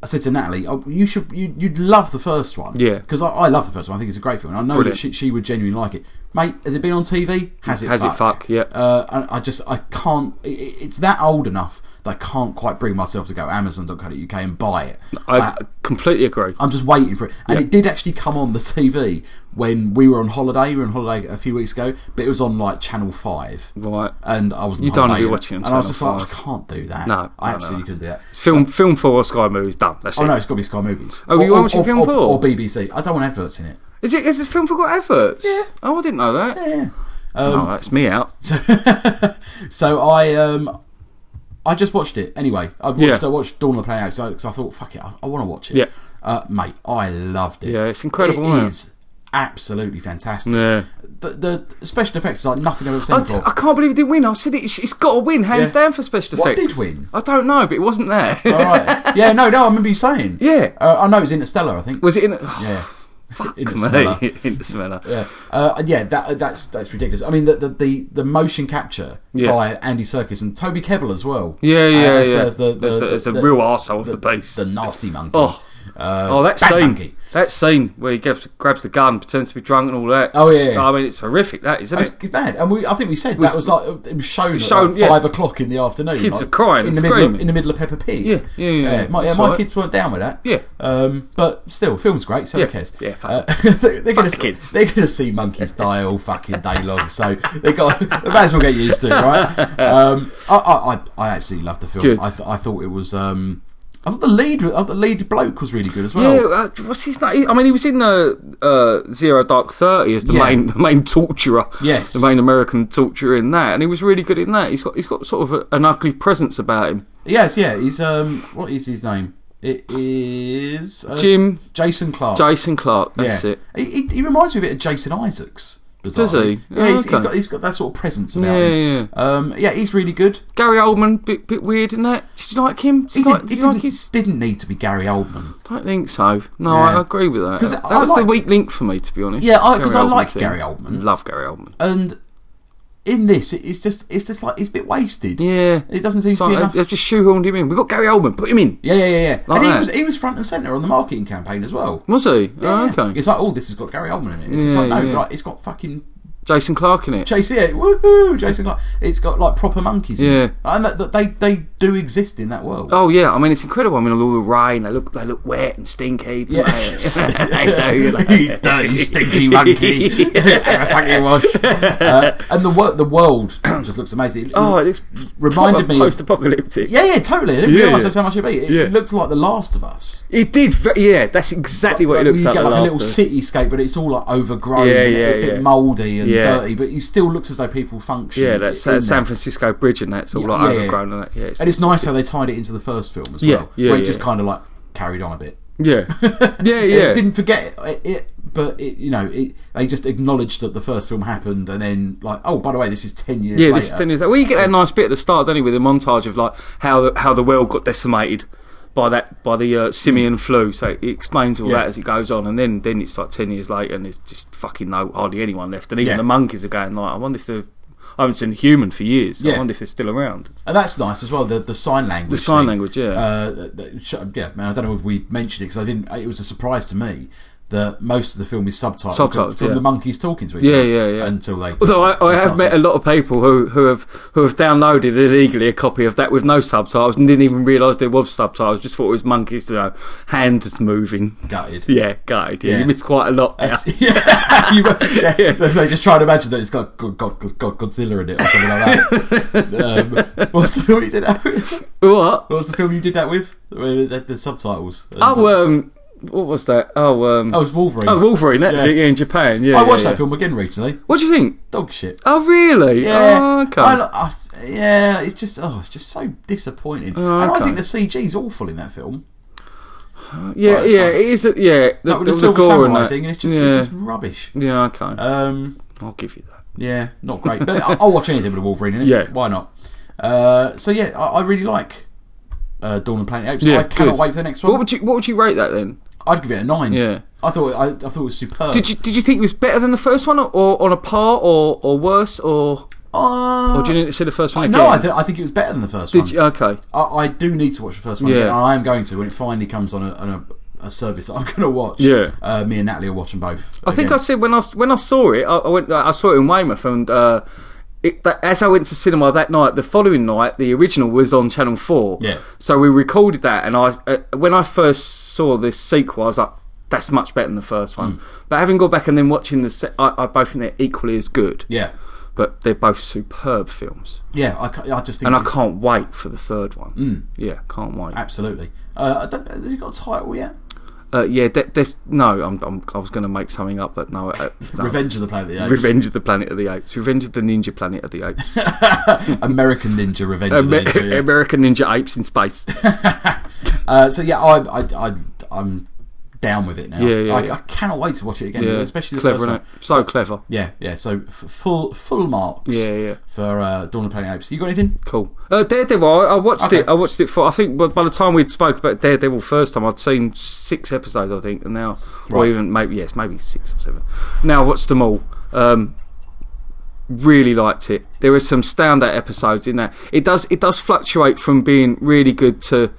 [SPEAKER 1] I said to Natalie, oh, "You should, you, you'd love the first one,
[SPEAKER 2] Yeah.
[SPEAKER 1] because I, I love the first one. I think it's a great film, and I know that
[SPEAKER 2] Brilliant.
[SPEAKER 1] she, she would genuinely like it, mate. Has it been on TV? Has it?
[SPEAKER 2] Has it fuck, yeah.
[SPEAKER 1] Uh, and I just, I can't. It, it- it's that old enough I can't quite bring myself to go Amazon.co.uk and buy it.
[SPEAKER 2] I
[SPEAKER 1] Uh,
[SPEAKER 2] completely agree.
[SPEAKER 1] I'm just waiting for it. And it did actually come on the TV when we were on holiday. We were on holiday a few weeks ago, but it was on like Channel 5.
[SPEAKER 2] Right.
[SPEAKER 1] And I was
[SPEAKER 2] You don't wanna be watching
[SPEAKER 1] And
[SPEAKER 2] on
[SPEAKER 1] I was just
[SPEAKER 2] Channel
[SPEAKER 1] like, I can't do that.
[SPEAKER 2] No,
[SPEAKER 1] I
[SPEAKER 2] no,
[SPEAKER 1] absolutely
[SPEAKER 2] no.
[SPEAKER 1] couldn't do that.
[SPEAKER 2] Film, film four or Sky movies done. That's
[SPEAKER 1] So, oh
[SPEAKER 2] it.
[SPEAKER 1] no, it's got to be Sky Movies.
[SPEAKER 2] Oh, you
[SPEAKER 1] Or-
[SPEAKER 2] are watching
[SPEAKER 1] or-
[SPEAKER 2] Film
[SPEAKER 1] or,
[SPEAKER 2] Four?
[SPEAKER 1] or BBC. I don't want adverts in it. (laughs)
[SPEAKER 2] Is it? Is this film got adverts? Yeah. Oh, I didn't know that.
[SPEAKER 1] Yeah. Um,
[SPEAKER 2] oh, that's me out.
[SPEAKER 1] So I um, I just watched it anyway. I watched
[SPEAKER 2] Yeah.
[SPEAKER 1] I watched Dawn of the Planet because I thought, fuck it, I, I want to watch it.
[SPEAKER 2] Yeah.
[SPEAKER 1] uh, mate, I loved it.
[SPEAKER 2] Yeah, it's incredible,
[SPEAKER 1] It
[SPEAKER 2] isn't it?
[SPEAKER 1] is absolutely fantastic.
[SPEAKER 2] Yeah.
[SPEAKER 1] The, the special effects is like nothing I've ever seen
[SPEAKER 2] I, t-
[SPEAKER 1] before.
[SPEAKER 2] I can't believe it didn't win. I said it, it's, it's got to win, hands
[SPEAKER 1] Yeah.
[SPEAKER 2] down, for special
[SPEAKER 1] What did
[SPEAKER 2] effects.
[SPEAKER 1] win?
[SPEAKER 2] I don't know, but it wasn't there.
[SPEAKER 1] (laughs) All right. Yeah, no, no, I remember you saying.
[SPEAKER 2] Yeah.
[SPEAKER 1] uh, I know it was Interstellar. I think.
[SPEAKER 2] (laughs) Was it in? (laughs)
[SPEAKER 1] yeah. Fuck
[SPEAKER 2] Interstellar. Interstellar.
[SPEAKER 1] Yeah, uh, and yeah, that that's that's ridiculous. I mean, the the the, the motion capture
[SPEAKER 2] Yeah.
[SPEAKER 1] by Andy Serkis and Toby Kebbell as well.
[SPEAKER 2] Yeah, yeah,
[SPEAKER 1] As-
[SPEAKER 2] yeah.
[SPEAKER 1] as Uh, the, the,
[SPEAKER 2] As the- as the real arsehole of the piece.
[SPEAKER 1] the nasty monkey.
[SPEAKER 2] Oh.
[SPEAKER 1] Uh,
[SPEAKER 2] Oh, that
[SPEAKER 1] Bat
[SPEAKER 2] scene.
[SPEAKER 1] monkey.
[SPEAKER 2] That scene where he gives, grabs the gun, pretends to be drunk and all that.
[SPEAKER 1] Oh, yeah, yeah.
[SPEAKER 2] I mean, it's horrific, that, isn't
[SPEAKER 1] That's
[SPEAKER 2] it?
[SPEAKER 1] bad, and we, I think we said
[SPEAKER 2] was-
[SPEAKER 1] that was like it was shown,
[SPEAKER 2] shown,
[SPEAKER 1] at like
[SPEAKER 2] yeah.
[SPEAKER 1] five o'clock in the afternoon.
[SPEAKER 2] Kids
[SPEAKER 1] like,
[SPEAKER 2] are crying
[SPEAKER 1] in
[SPEAKER 2] and
[SPEAKER 1] the middle of,
[SPEAKER 2] screaming.
[SPEAKER 1] in the middle of Peppa Pig.
[SPEAKER 2] Yeah, yeah, yeah, yeah.
[SPEAKER 1] my,
[SPEAKER 2] That's
[SPEAKER 1] my
[SPEAKER 2] right.
[SPEAKER 1] kids weren't down with that.
[SPEAKER 2] Yeah.
[SPEAKER 1] um, but still, film's great, so
[SPEAKER 2] Yeah.
[SPEAKER 1] who cares?
[SPEAKER 2] Yeah, fuck
[SPEAKER 1] uh, (laughs) they're, they're gonna see-
[SPEAKER 2] Fuck kids.
[SPEAKER 1] they're gonna see monkeys die all fucking day long, so they got they might as well get used to it,
[SPEAKER 2] (laughs)
[SPEAKER 1] right? Um, I, I, I, I absolutely loved the
[SPEAKER 2] Good.
[SPEAKER 1] film. I, th- I thought it was. Um, I thought the lead, I thought the lead bloke was really good as well.
[SPEAKER 2] Yeah, uh, what's his name? I mean, he was in the uh, Zero Dark Thirty as the
[SPEAKER 1] Yeah.
[SPEAKER 2] main the main torturer.
[SPEAKER 1] Yes.
[SPEAKER 2] the main American torturer in that, and he was really good in that. He's got he's got sort of a, an ugly presence about him.
[SPEAKER 1] Yes, yeah, he's um, what is his name? It is uh,
[SPEAKER 2] Jim
[SPEAKER 1] Jason Clark.
[SPEAKER 2] Jason Clark,
[SPEAKER 1] yeah.
[SPEAKER 2] that's it.
[SPEAKER 1] He, he, he reminds me a bit of Jason Isaacs. Bizarrely.
[SPEAKER 2] Does he?
[SPEAKER 1] Yeah,
[SPEAKER 2] Oh,
[SPEAKER 1] he's, he's
[SPEAKER 2] okay.
[SPEAKER 1] got he's got that sort of presence about
[SPEAKER 2] Yeah,
[SPEAKER 1] him. Yeah, Um, yeah, he's really good.
[SPEAKER 2] Gary Oldman, bit bit weird in that. Did you like him? Did
[SPEAKER 1] He,
[SPEAKER 2] you like,
[SPEAKER 1] did,
[SPEAKER 2] did
[SPEAKER 1] he
[SPEAKER 2] you like
[SPEAKER 1] didn't-
[SPEAKER 2] his?
[SPEAKER 1] didn't need to be Gary Oldman.
[SPEAKER 2] don't think so. No,
[SPEAKER 1] Yeah.
[SPEAKER 2] I agree with that.
[SPEAKER 1] 'Cause
[SPEAKER 2] That
[SPEAKER 1] I
[SPEAKER 2] was the
[SPEAKER 1] like-
[SPEAKER 2] weak link for me, to be honest.
[SPEAKER 1] Yeah, I-
[SPEAKER 2] Gary
[SPEAKER 1] 'cause I
[SPEAKER 2] Oldman
[SPEAKER 1] like Gary Oldman.
[SPEAKER 2] Love Gary Oldman.
[SPEAKER 1] And in this, it, it's just it's just like it's a bit wasted.
[SPEAKER 2] Yeah,
[SPEAKER 1] it doesn't seem to
[SPEAKER 2] Like,
[SPEAKER 1] be
[SPEAKER 2] they-
[SPEAKER 1] enough.
[SPEAKER 2] they've just shoehorned him in. We have got Gary Oldman. Put him in.
[SPEAKER 1] Yeah, yeah, yeah. yeah.
[SPEAKER 2] Like
[SPEAKER 1] and he
[SPEAKER 2] that.
[SPEAKER 1] was he was front and center on the marketing campaign as well.
[SPEAKER 2] Was he?
[SPEAKER 1] Yeah.
[SPEAKER 2] Oh, okay.
[SPEAKER 1] It's like, oh, this has got Gary Oldman in it. It's just
[SPEAKER 2] Yeah,
[SPEAKER 1] like, no,
[SPEAKER 2] yeah.
[SPEAKER 1] right, it's got fucking
[SPEAKER 2] Jason Clark in it.
[SPEAKER 1] Jason, yeah, woohoo, Jason Clark. It's got like proper monkeys. in it.
[SPEAKER 2] Yeah.
[SPEAKER 1] and that, that they they do exist in that world.
[SPEAKER 2] Oh yeah, I mean it's incredible. I mean all the rain, they look they look wet and stinky. don't
[SPEAKER 1] Yeah.
[SPEAKER 2] (laughs)
[SPEAKER 1] (laughs)
[SPEAKER 2] they? they (laughs) do. you know.
[SPEAKER 1] you dirty, stinky monkey. (laughs) Have a fucking wash. Uh, and the, wor- the world (clears throat) just looks amazing. It
[SPEAKER 2] (laughs) Oh, it looks
[SPEAKER 1] reminded me. Of,
[SPEAKER 2] post-apocalyptic.
[SPEAKER 1] yeah, yeah, totally. I didn't
[SPEAKER 2] Yeah,
[SPEAKER 1] realise
[SPEAKER 2] yeah.
[SPEAKER 1] that's how much it be. It,
[SPEAKER 2] Yeah.
[SPEAKER 1] it looked like The Last of Us.
[SPEAKER 2] It did. Ve- yeah, that's exactly what
[SPEAKER 1] Like,
[SPEAKER 2] it looks
[SPEAKER 1] you
[SPEAKER 2] like.
[SPEAKER 1] get
[SPEAKER 2] the
[SPEAKER 1] like a
[SPEAKER 2] last
[SPEAKER 1] little
[SPEAKER 2] of Us.
[SPEAKER 1] cityscape, but it's all like overgrown,
[SPEAKER 2] Yeah,
[SPEAKER 1] and a
[SPEAKER 2] yeah,
[SPEAKER 1] bit
[SPEAKER 2] yeah.
[SPEAKER 1] mouldy and
[SPEAKER 2] Yeah.
[SPEAKER 1] dirty. But it still looks as though people function.
[SPEAKER 2] Yeah, that's
[SPEAKER 1] in
[SPEAKER 2] that San
[SPEAKER 1] there.
[SPEAKER 2] Francisco Bridge and that's all
[SPEAKER 1] Yeah,
[SPEAKER 2] like
[SPEAKER 1] yeah, yeah.
[SPEAKER 2] overgrown and that. Yeah,
[SPEAKER 1] And it's nice how they tied it into the first film as
[SPEAKER 2] Yeah,
[SPEAKER 1] well,
[SPEAKER 2] yeah,
[SPEAKER 1] where it
[SPEAKER 2] yeah.
[SPEAKER 1] just kind of like carried on a bit. (laughs)
[SPEAKER 2] yeah, yeah,
[SPEAKER 1] It
[SPEAKER 2] yeah.
[SPEAKER 1] didn't forget it, it but it, you know, it, they just acknowledged that the first film happened, and then like, oh, by the way, this is ten years.
[SPEAKER 2] yeah,
[SPEAKER 1] later.
[SPEAKER 2] this ten years. Well, you get that nice bit at the start, don't you, with a montage of like how the, how the world got decimated by that by the uh, simian flu. So it explains all
[SPEAKER 1] Mm. Yeah.
[SPEAKER 2] that as it goes on, and then then it's like ten years later, and there's just fucking no hardly anyone left, and even
[SPEAKER 1] Yeah.
[SPEAKER 2] the monkeys are going like, I wonder if the I haven't seen a human for years.
[SPEAKER 1] Yeah.
[SPEAKER 2] I wonder if they're still around.
[SPEAKER 1] and that's nice as well. The the sign language,
[SPEAKER 2] The sign
[SPEAKER 1] thing.
[SPEAKER 2] language, yeah.
[SPEAKER 1] Uh, that- that- sh- yeah, man, I don't know if we mentioned it because I didn't. It was a surprise to me that most of the film is subtitled 'cause
[SPEAKER 2] Subtitled,
[SPEAKER 1] from
[SPEAKER 2] yeah.
[SPEAKER 1] the monkeys talking to each
[SPEAKER 2] Yeah,
[SPEAKER 1] other.
[SPEAKER 2] yeah, yeah.
[SPEAKER 1] Until they.
[SPEAKER 2] Although I, I
[SPEAKER 1] they
[SPEAKER 2] have
[SPEAKER 1] start
[SPEAKER 2] met a
[SPEAKER 1] saying-
[SPEAKER 2] lot of people who, who have who have downloaded illegally a copy of that with no subtitles and didn't even realise there was subtitles. Just thought it was monkeys, you know, hands moving. (laughs)
[SPEAKER 1] gutted.
[SPEAKER 2] Yeah, guide. Yeah,
[SPEAKER 1] Yeah.
[SPEAKER 2] you missed quite a lot. there.
[SPEAKER 1] That's- (laughs) Yeah. You- yeah. They just try to imagine that it's got God, God, God, Godzilla in it or something like that.
[SPEAKER 2] (laughs)
[SPEAKER 1] um, what's the film you did that (laughs) with?
[SPEAKER 2] (laughs) What?
[SPEAKER 1] What was the film you did that with? With The, the subtitles. And-
[SPEAKER 2] Oh, um, what was that? Oh, um,
[SPEAKER 1] Oh, it was Wolverine.
[SPEAKER 2] oh, Wolverine. That's
[SPEAKER 1] Yeah.
[SPEAKER 2] it. Yeah, in Japan. Yeah,
[SPEAKER 1] I watched
[SPEAKER 2] yeah, yeah.
[SPEAKER 1] that film again recently.
[SPEAKER 2] What do you think?
[SPEAKER 1] Dog shit.
[SPEAKER 2] Oh, really?
[SPEAKER 1] Yeah,
[SPEAKER 2] Oh, okay.
[SPEAKER 1] I lo- I s- yeah, it's just oh, it's just so disappointing.
[SPEAKER 2] Oh,
[SPEAKER 1] And I
[SPEAKER 2] okay.
[SPEAKER 1] think the CG's awful in that film.
[SPEAKER 2] yeah,
[SPEAKER 1] sorry,
[SPEAKER 2] yeah.
[SPEAKER 1] sorry.
[SPEAKER 2] It is. A, yeah, the,
[SPEAKER 1] Like with
[SPEAKER 2] the,
[SPEAKER 1] the Silver
[SPEAKER 2] gore and
[SPEAKER 1] Samurai
[SPEAKER 2] that.
[SPEAKER 1] thing, and it's just
[SPEAKER 2] yeah.
[SPEAKER 1] it's just rubbish.
[SPEAKER 2] yeah. Okay.
[SPEAKER 1] Um,
[SPEAKER 2] I'll give you that.
[SPEAKER 1] yeah, not great. but I- I'll watch anything with a Wolverine in it.
[SPEAKER 2] Yeah.
[SPEAKER 1] why not? Uh, so yeah, I, I really like uh, Dawn of the Planet Apes.
[SPEAKER 2] Yeah,
[SPEAKER 1] I cannot
[SPEAKER 2] good.
[SPEAKER 1] wait for the next one.
[SPEAKER 2] What would you What would you rate that then?
[SPEAKER 1] I'd give it a nine.
[SPEAKER 2] Yeah.
[SPEAKER 1] I thought I, I thought it was superb.
[SPEAKER 2] Did you Did you think it was better than the first one, or, or on a par, or or worse, or
[SPEAKER 1] Uh,
[SPEAKER 2] or do you need to see the first one again?
[SPEAKER 1] no, I, th- I think it was better than the first one.
[SPEAKER 2] Did you, okay.
[SPEAKER 1] I, I do need to watch the first one.
[SPEAKER 2] Yeah.
[SPEAKER 1] again, and I am going to when it finally comes on a, on a, a service that I'm (laughs) going to watch.
[SPEAKER 2] Yeah.
[SPEAKER 1] Uh, me and Natalie are watching both.
[SPEAKER 2] I think I said when I when I saw it, I, I went. I saw it in Weymouth, and uh, it, that, as I went to cinema that night, the following night, the original was on Channel Four.
[SPEAKER 1] Yeah.
[SPEAKER 2] So we recorded that, and I uh, when I first saw this sequel, I was like, "That's much better than the first
[SPEAKER 1] Mm.
[SPEAKER 2] one." But having gone back and then watching the, se- I, I both think they're equally as good.
[SPEAKER 1] Yeah.
[SPEAKER 2] But they're both superb films,
[SPEAKER 1] Yeah, I, ca- I just think.
[SPEAKER 2] and I
[SPEAKER 1] it's-
[SPEAKER 2] can't wait for the third one.
[SPEAKER 1] Mm.
[SPEAKER 2] Yeah, can't wait.
[SPEAKER 1] Absolutely. Uh, I don't, has he got a title yet?
[SPEAKER 2] Uh, yeah, there, there's no. I'm, I'm, I was going to make something up, but no. Uh, no.
[SPEAKER 1] Revenge of the Planet of the Apes.
[SPEAKER 2] Revenge of the Planet of the Apes. Revenge of the Ninja Planet of the
[SPEAKER 1] (laughs)
[SPEAKER 2] Apes.
[SPEAKER 1] American Ninja Revenge of the
[SPEAKER 2] Amer-
[SPEAKER 1] Ninja. yeah.
[SPEAKER 2] American Ninja Apes in space.
[SPEAKER 1] Uh, so yeah, I, I, I, I'm down with it now.
[SPEAKER 2] Yeah, yeah,
[SPEAKER 1] I,
[SPEAKER 2] yeah.
[SPEAKER 1] I cannot wait to watch it again,
[SPEAKER 2] Yeah,
[SPEAKER 1] especially the
[SPEAKER 2] clever,
[SPEAKER 1] first
[SPEAKER 2] innit?
[SPEAKER 1] one.
[SPEAKER 2] So, clever.
[SPEAKER 1] Yeah, yeah. So f- full full marks.
[SPEAKER 2] Yeah, yeah.
[SPEAKER 1] For uh, Dawn of the Planet of the Apes. You got anything?
[SPEAKER 2] Cool. Uh, Daredevil. I, I watched
[SPEAKER 1] Okay.
[SPEAKER 2] it. I watched it for. I think by, by the time we'd spoke about Daredevil first time, I'd seen six episodes. I think, and now, or
[SPEAKER 1] Right.
[SPEAKER 2] even maybe yes, maybe six or seven. Now I watched them all. Um, really liked it. There were some standout episodes in that. It does. It does fluctuate from being really good to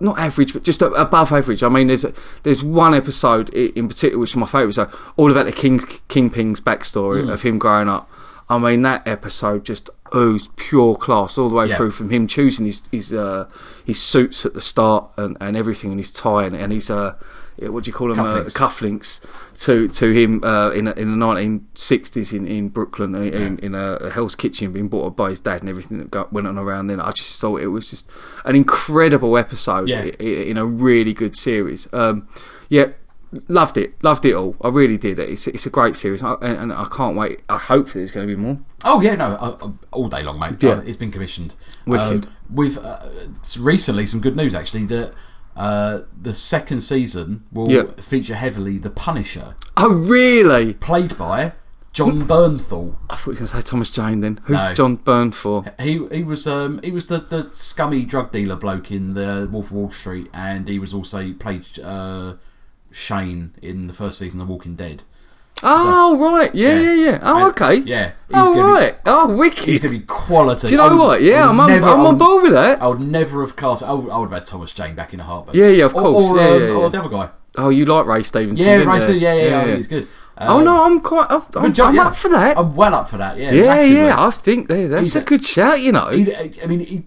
[SPEAKER 2] not average, but just a- above average. I mean, there's a, there's one episode i- in particular which is my favourite. So all about the King Kingpin's backstory
[SPEAKER 1] Hmm.
[SPEAKER 2] of him growing up. I mean, that episode just oozed pure class all the way
[SPEAKER 1] Yeah.
[SPEAKER 2] through from him choosing his his uh, his suits at the start and, and everything and his tie and, and his uh what do you call them
[SPEAKER 1] Cufflinks.
[SPEAKER 2] Uh, cufflinks to to him uh, in in the nineteen sixties in in Brooklyn in, in, in a Hell's Kitchen being bought up by his dad and everything that got, went on around then. I just thought it was just an incredible episode
[SPEAKER 1] Yeah.
[SPEAKER 2] i- i- in a really good series. Um, yeah, loved it, loved it all. I really did. It's it's a great series, I, and, and I can't wait. I hope that there's going to be more.
[SPEAKER 1] Oh yeah, no, uh, uh, all day long, mate.
[SPEAKER 2] Yeah.
[SPEAKER 1] Uh, it's been commissioned.
[SPEAKER 2] Wicked.
[SPEAKER 1] Um, we've uh, s- recently some good news actually that uh, the second season will
[SPEAKER 2] Yeah.
[SPEAKER 1] feature heavily the Punisher,
[SPEAKER 2] Oh really?
[SPEAKER 1] played by John Bernthal.
[SPEAKER 2] I thought you were going to say Thomas Jane. Then who's
[SPEAKER 1] No.
[SPEAKER 2] John Byrne for?
[SPEAKER 1] He he was um he was the, the scummy drug dealer bloke in the Wolf of Wall Street, and he was also he played uh, Shane in the first season of Walking Dead.
[SPEAKER 2] Oh right, yeah,
[SPEAKER 1] Yeah.
[SPEAKER 2] yeah, yeah. Oh
[SPEAKER 1] And-
[SPEAKER 2] okay.
[SPEAKER 1] yeah, he's gonna
[SPEAKER 2] Oh
[SPEAKER 1] be-
[SPEAKER 2] right. oh wicked.
[SPEAKER 1] He's gonna be quality.
[SPEAKER 2] Do you know
[SPEAKER 1] I would-
[SPEAKER 2] what?
[SPEAKER 1] I
[SPEAKER 2] Yeah,
[SPEAKER 1] would
[SPEAKER 2] I'm, on-
[SPEAKER 1] never- I
[SPEAKER 2] I'm on
[SPEAKER 1] would-
[SPEAKER 2] board with that.
[SPEAKER 1] I would never have cast. I would, I would have had Thomas Jane back in a heartbeat.
[SPEAKER 2] Yeah, yeah, of
[SPEAKER 1] Or-
[SPEAKER 2] course.
[SPEAKER 1] Or,
[SPEAKER 2] Yeah,
[SPEAKER 1] um,
[SPEAKER 2] yeah,
[SPEAKER 1] or
[SPEAKER 2] yeah.
[SPEAKER 1] the other guy.
[SPEAKER 2] Oh, you like Ray Stevenson?
[SPEAKER 1] Yeah,
[SPEAKER 2] didn't
[SPEAKER 1] Rice.
[SPEAKER 2] you?
[SPEAKER 1] Yeah, yeah, yeah, I think it's good.
[SPEAKER 2] oh
[SPEAKER 1] Um,
[SPEAKER 2] no, I'm quite. I'm, I'm,
[SPEAKER 1] but John-
[SPEAKER 2] I'm
[SPEAKER 1] yeah,
[SPEAKER 2] up for that.
[SPEAKER 1] I'm well up for that. Yeah,
[SPEAKER 2] yeah,
[SPEAKER 1] massively.
[SPEAKER 2] yeah. I think that, that's
[SPEAKER 1] He's
[SPEAKER 2] a
[SPEAKER 1] a-
[SPEAKER 2] good shout. You know,
[SPEAKER 1] He- I mean, he,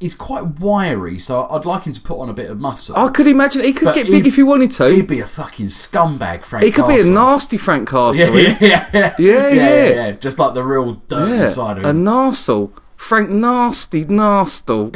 [SPEAKER 1] he's quite wiry, so I'd like him to put on a bit of muscle.
[SPEAKER 2] I could imagine he could
[SPEAKER 1] But
[SPEAKER 2] get
[SPEAKER 1] he-
[SPEAKER 2] big if he wanted to.
[SPEAKER 1] He'd
[SPEAKER 2] He,
[SPEAKER 1] be a fucking scumbag, Frank.
[SPEAKER 2] could be a
[SPEAKER 1] Castle.
[SPEAKER 2] nasty Frank
[SPEAKER 1] (laughs)
[SPEAKER 2] Castle.
[SPEAKER 1] Yeah,
[SPEAKER 2] Yeah,
[SPEAKER 1] yeah, yeah, yeah,
[SPEAKER 2] Yeah, yeah.
[SPEAKER 1] Just like the real dirty side of
[SPEAKER 2] a
[SPEAKER 1] him.
[SPEAKER 2] nastle. Frank nasty,
[SPEAKER 1] (laughs)
[SPEAKER 2] nastle.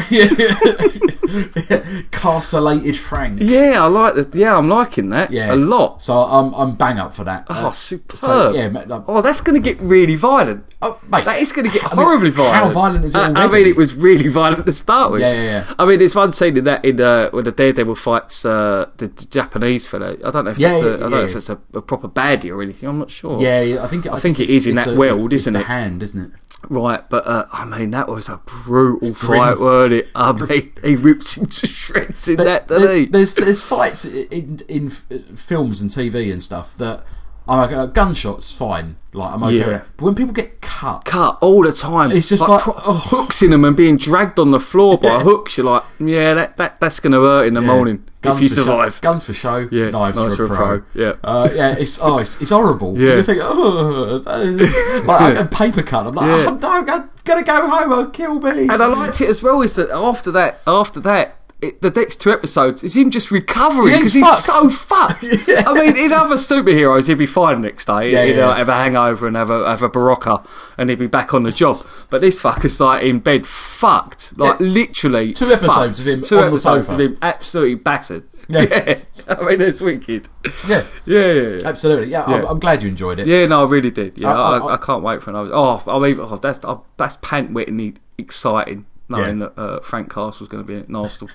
[SPEAKER 1] Carcelated Frank.
[SPEAKER 2] yeah, I like that. Yeah, I'm liking that
[SPEAKER 1] Yeah,
[SPEAKER 2] a lot.
[SPEAKER 1] So I'm I'm bang up for that.
[SPEAKER 2] Oh,
[SPEAKER 1] Uh,
[SPEAKER 2] superb.
[SPEAKER 1] So yeah, ma- like-
[SPEAKER 2] oh, that's going to get really violent.
[SPEAKER 1] oh, mate,
[SPEAKER 2] That is going to get
[SPEAKER 1] I mean,
[SPEAKER 2] horribly violent.
[SPEAKER 1] How violent is it
[SPEAKER 2] I-
[SPEAKER 1] already?
[SPEAKER 2] I, mean, it was really violent to start with.
[SPEAKER 1] Yeah, yeah, yeah.
[SPEAKER 2] I mean, there's one scene in that in uh, when the Daredevil fights uh, the, the Japanese fellow. I don't know if
[SPEAKER 1] Yeah,
[SPEAKER 2] that's,
[SPEAKER 1] yeah,
[SPEAKER 2] a, I don't
[SPEAKER 1] yeah.
[SPEAKER 2] know if that's a, a proper baddie or anything. I'm not sure.
[SPEAKER 1] Yeah, yeah, I think I,
[SPEAKER 2] think it
[SPEAKER 1] it's-
[SPEAKER 2] is in
[SPEAKER 1] it's
[SPEAKER 2] that
[SPEAKER 1] the- it's-
[SPEAKER 2] world,
[SPEAKER 1] it's
[SPEAKER 2] isn't
[SPEAKER 1] the
[SPEAKER 2] it?
[SPEAKER 1] hand, isn't it?
[SPEAKER 2] Right, but uh, I mean, that was a brutal
[SPEAKER 1] grim.
[SPEAKER 2] fight, weren't it? I mean, (laughs) he ripped him to shreds in that,
[SPEAKER 1] There-
[SPEAKER 2] didn't he?
[SPEAKER 1] there's there's fights in in f- films and TV and stuff that I'm like, uh, gunshots fine, like I'm okay.
[SPEAKER 2] Yeah.
[SPEAKER 1] with it. But when people get cut,
[SPEAKER 2] cut all the time.
[SPEAKER 1] It's just like, oh.
[SPEAKER 2] hooks in them and being dragged on the floor by hooks. You're like, yeah, that, that that's going to hurt in the (laughs) morning if you
[SPEAKER 1] for
[SPEAKER 2] survive.
[SPEAKER 1] Show, guns for show,
[SPEAKER 2] Yeah,
[SPEAKER 1] knives, for, a pro.
[SPEAKER 2] yeah.
[SPEAKER 1] uh, yeah. It's oh, it's, it's horrible.
[SPEAKER 2] Yeah.
[SPEAKER 1] You just think, oh, that
[SPEAKER 2] (laughs)
[SPEAKER 1] is, like a paper cut. I'm like,
[SPEAKER 2] Yeah.
[SPEAKER 1] I'm, I'm, gonna go home. I'll kill me.
[SPEAKER 2] And I liked it as well. Is that after that? After that. It, the next two episodes is him just recovering
[SPEAKER 1] Yeah,
[SPEAKER 2] because
[SPEAKER 1] he's
[SPEAKER 2] he's,
[SPEAKER 1] fucked. (laughs)
[SPEAKER 2] so fucked. I mean, in other superheroes, he'd be fine the next day.
[SPEAKER 1] Yeah,
[SPEAKER 2] he'd
[SPEAKER 1] yeah.
[SPEAKER 2] uh, have a hangover and have a have a barocca, and he'd be back on the job. But this fucker's like in bed, fucked, like
[SPEAKER 1] Yeah.
[SPEAKER 2] literally.
[SPEAKER 1] Two episodes
[SPEAKER 2] fucked.
[SPEAKER 1] of him
[SPEAKER 2] two
[SPEAKER 1] on the
[SPEAKER 2] episodes
[SPEAKER 1] sofa.
[SPEAKER 2] of him absolutely battered.
[SPEAKER 1] Yeah.
[SPEAKER 2] (laughs) Yeah, I mean it's wicked.
[SPEAKER 1] yeah,
[SPEAKER 2] Yeah, yeah, yeah.
[SPEAKER 1] absolutely. Yeah, I'm,
[SPEAKER 2] Yeah.
[SPEAKER 1] I'm glad you enjoyed it.
[SPEAKER 2] Yeah, no, I really did. Yeah,
[SPEAKER 1] I- I-
[SPEAKER 2] I, I,
[SPEAKER 1] I-
[SPEAKER 2] I can't wait for another. Oh, I mean, oh, that's oh, that's pant Whitney exciting. Knowing
[SPEAKER 1] Yeah.
[SPEAKER 2] that uh, Frank Castle's going to be at Arsenal.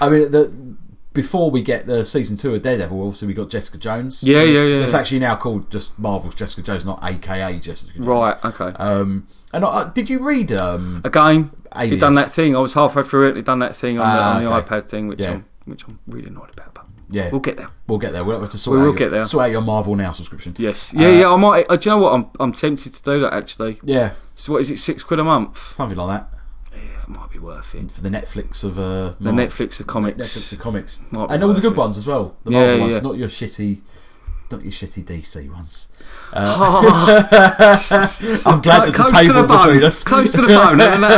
[SPEAKER 1] I mean, the, before we get the season two of Daredevil, obviously we got Jessica Jones.
[SPEAKER 2] Yeah, yeah, yeah.
[SPEAKER 1] That's actually now called just Marvel's Jessica Jones, not AKA Jessica Jones. (laughs)
[SPEAKER 2] right, okay.
[SPEAKER 1] Um, and I, I- did you read? Um,
[SPEAKER 2] Again, he
[SPEAKER 1] Alias.
[SPEAKER 2] done that thing. I was halfway through it. He done that thing on,
[SPEAKER 1] Ah,
[SPEAKER 2] the, on
[SPEAKER 1] okay.
[SPEAKER 2] the iPad thing, which
[SPEAKER 1] Yeah.
[SPEAKER 2] I'm which I'm really annoyed about. But
[SPEAKER 1] yeah,
[SPEAKER 2] we'll get there.
[SPEAKER 1] We'll get there. We'll have to sort.
[SPEAKER 2] We
[SPEAKER 1] out
[SPEAKER 2] will
[SPEAKER 1] your,
[SPEAKER 2] get there.
[SPEAKER 1] Sort out your Marvel Now subscription.
[SPEAKER 2] Yes.
[SPEAKER 1] Uh,
[SPEAKER 2] Yeah, yeah. I might. Uh, do you know what? I'm I'm tempted to do that actually.
[SPEAKER 1] yeah,
[SPEAKER 2] So what is it? Six quid a month.
[SPEAKER 1] something like that
[SPEAKER 2] Yeah, it might be worth it.
[SPEAKER 1] for the Netflix of uh,
[SPEAKER 2] The
[SPEAKER 1] Marvel.
[SPEAKER 2] Netflix of comics. (laughs)
[SPEAKER 1] Netflix of comics,
[SPEAKER 2] Might be
[SPEAKER 1] and all the
[SPEAKER 2] worth
[SPEAKER 1] good
[SPEAKER 2] it.
[SPEAKER 1] ones as well. The
[SPEAKER 2] Yeah,
[SPEAKER 1] Marvel ones,
[SPEAKER 2] yeah.
[SPEAKER 1] not your shitty Not your shitty DC ones.
[SPEAKER 2] Oh.
[SPEAKER 1] (laughs) I'm glad there's
[SPEAKER 2] Clo-
[SPEAKER 1] a
[SPEAKER 2] close to
[SPEAKER 1] table
[SPEAKER 2] the bone.
[SPEAKER 1] between us.
[SPEAKER 2] Close to the bone.
[SPEAKER 1] (laughs)
[SPEAKER 2] and that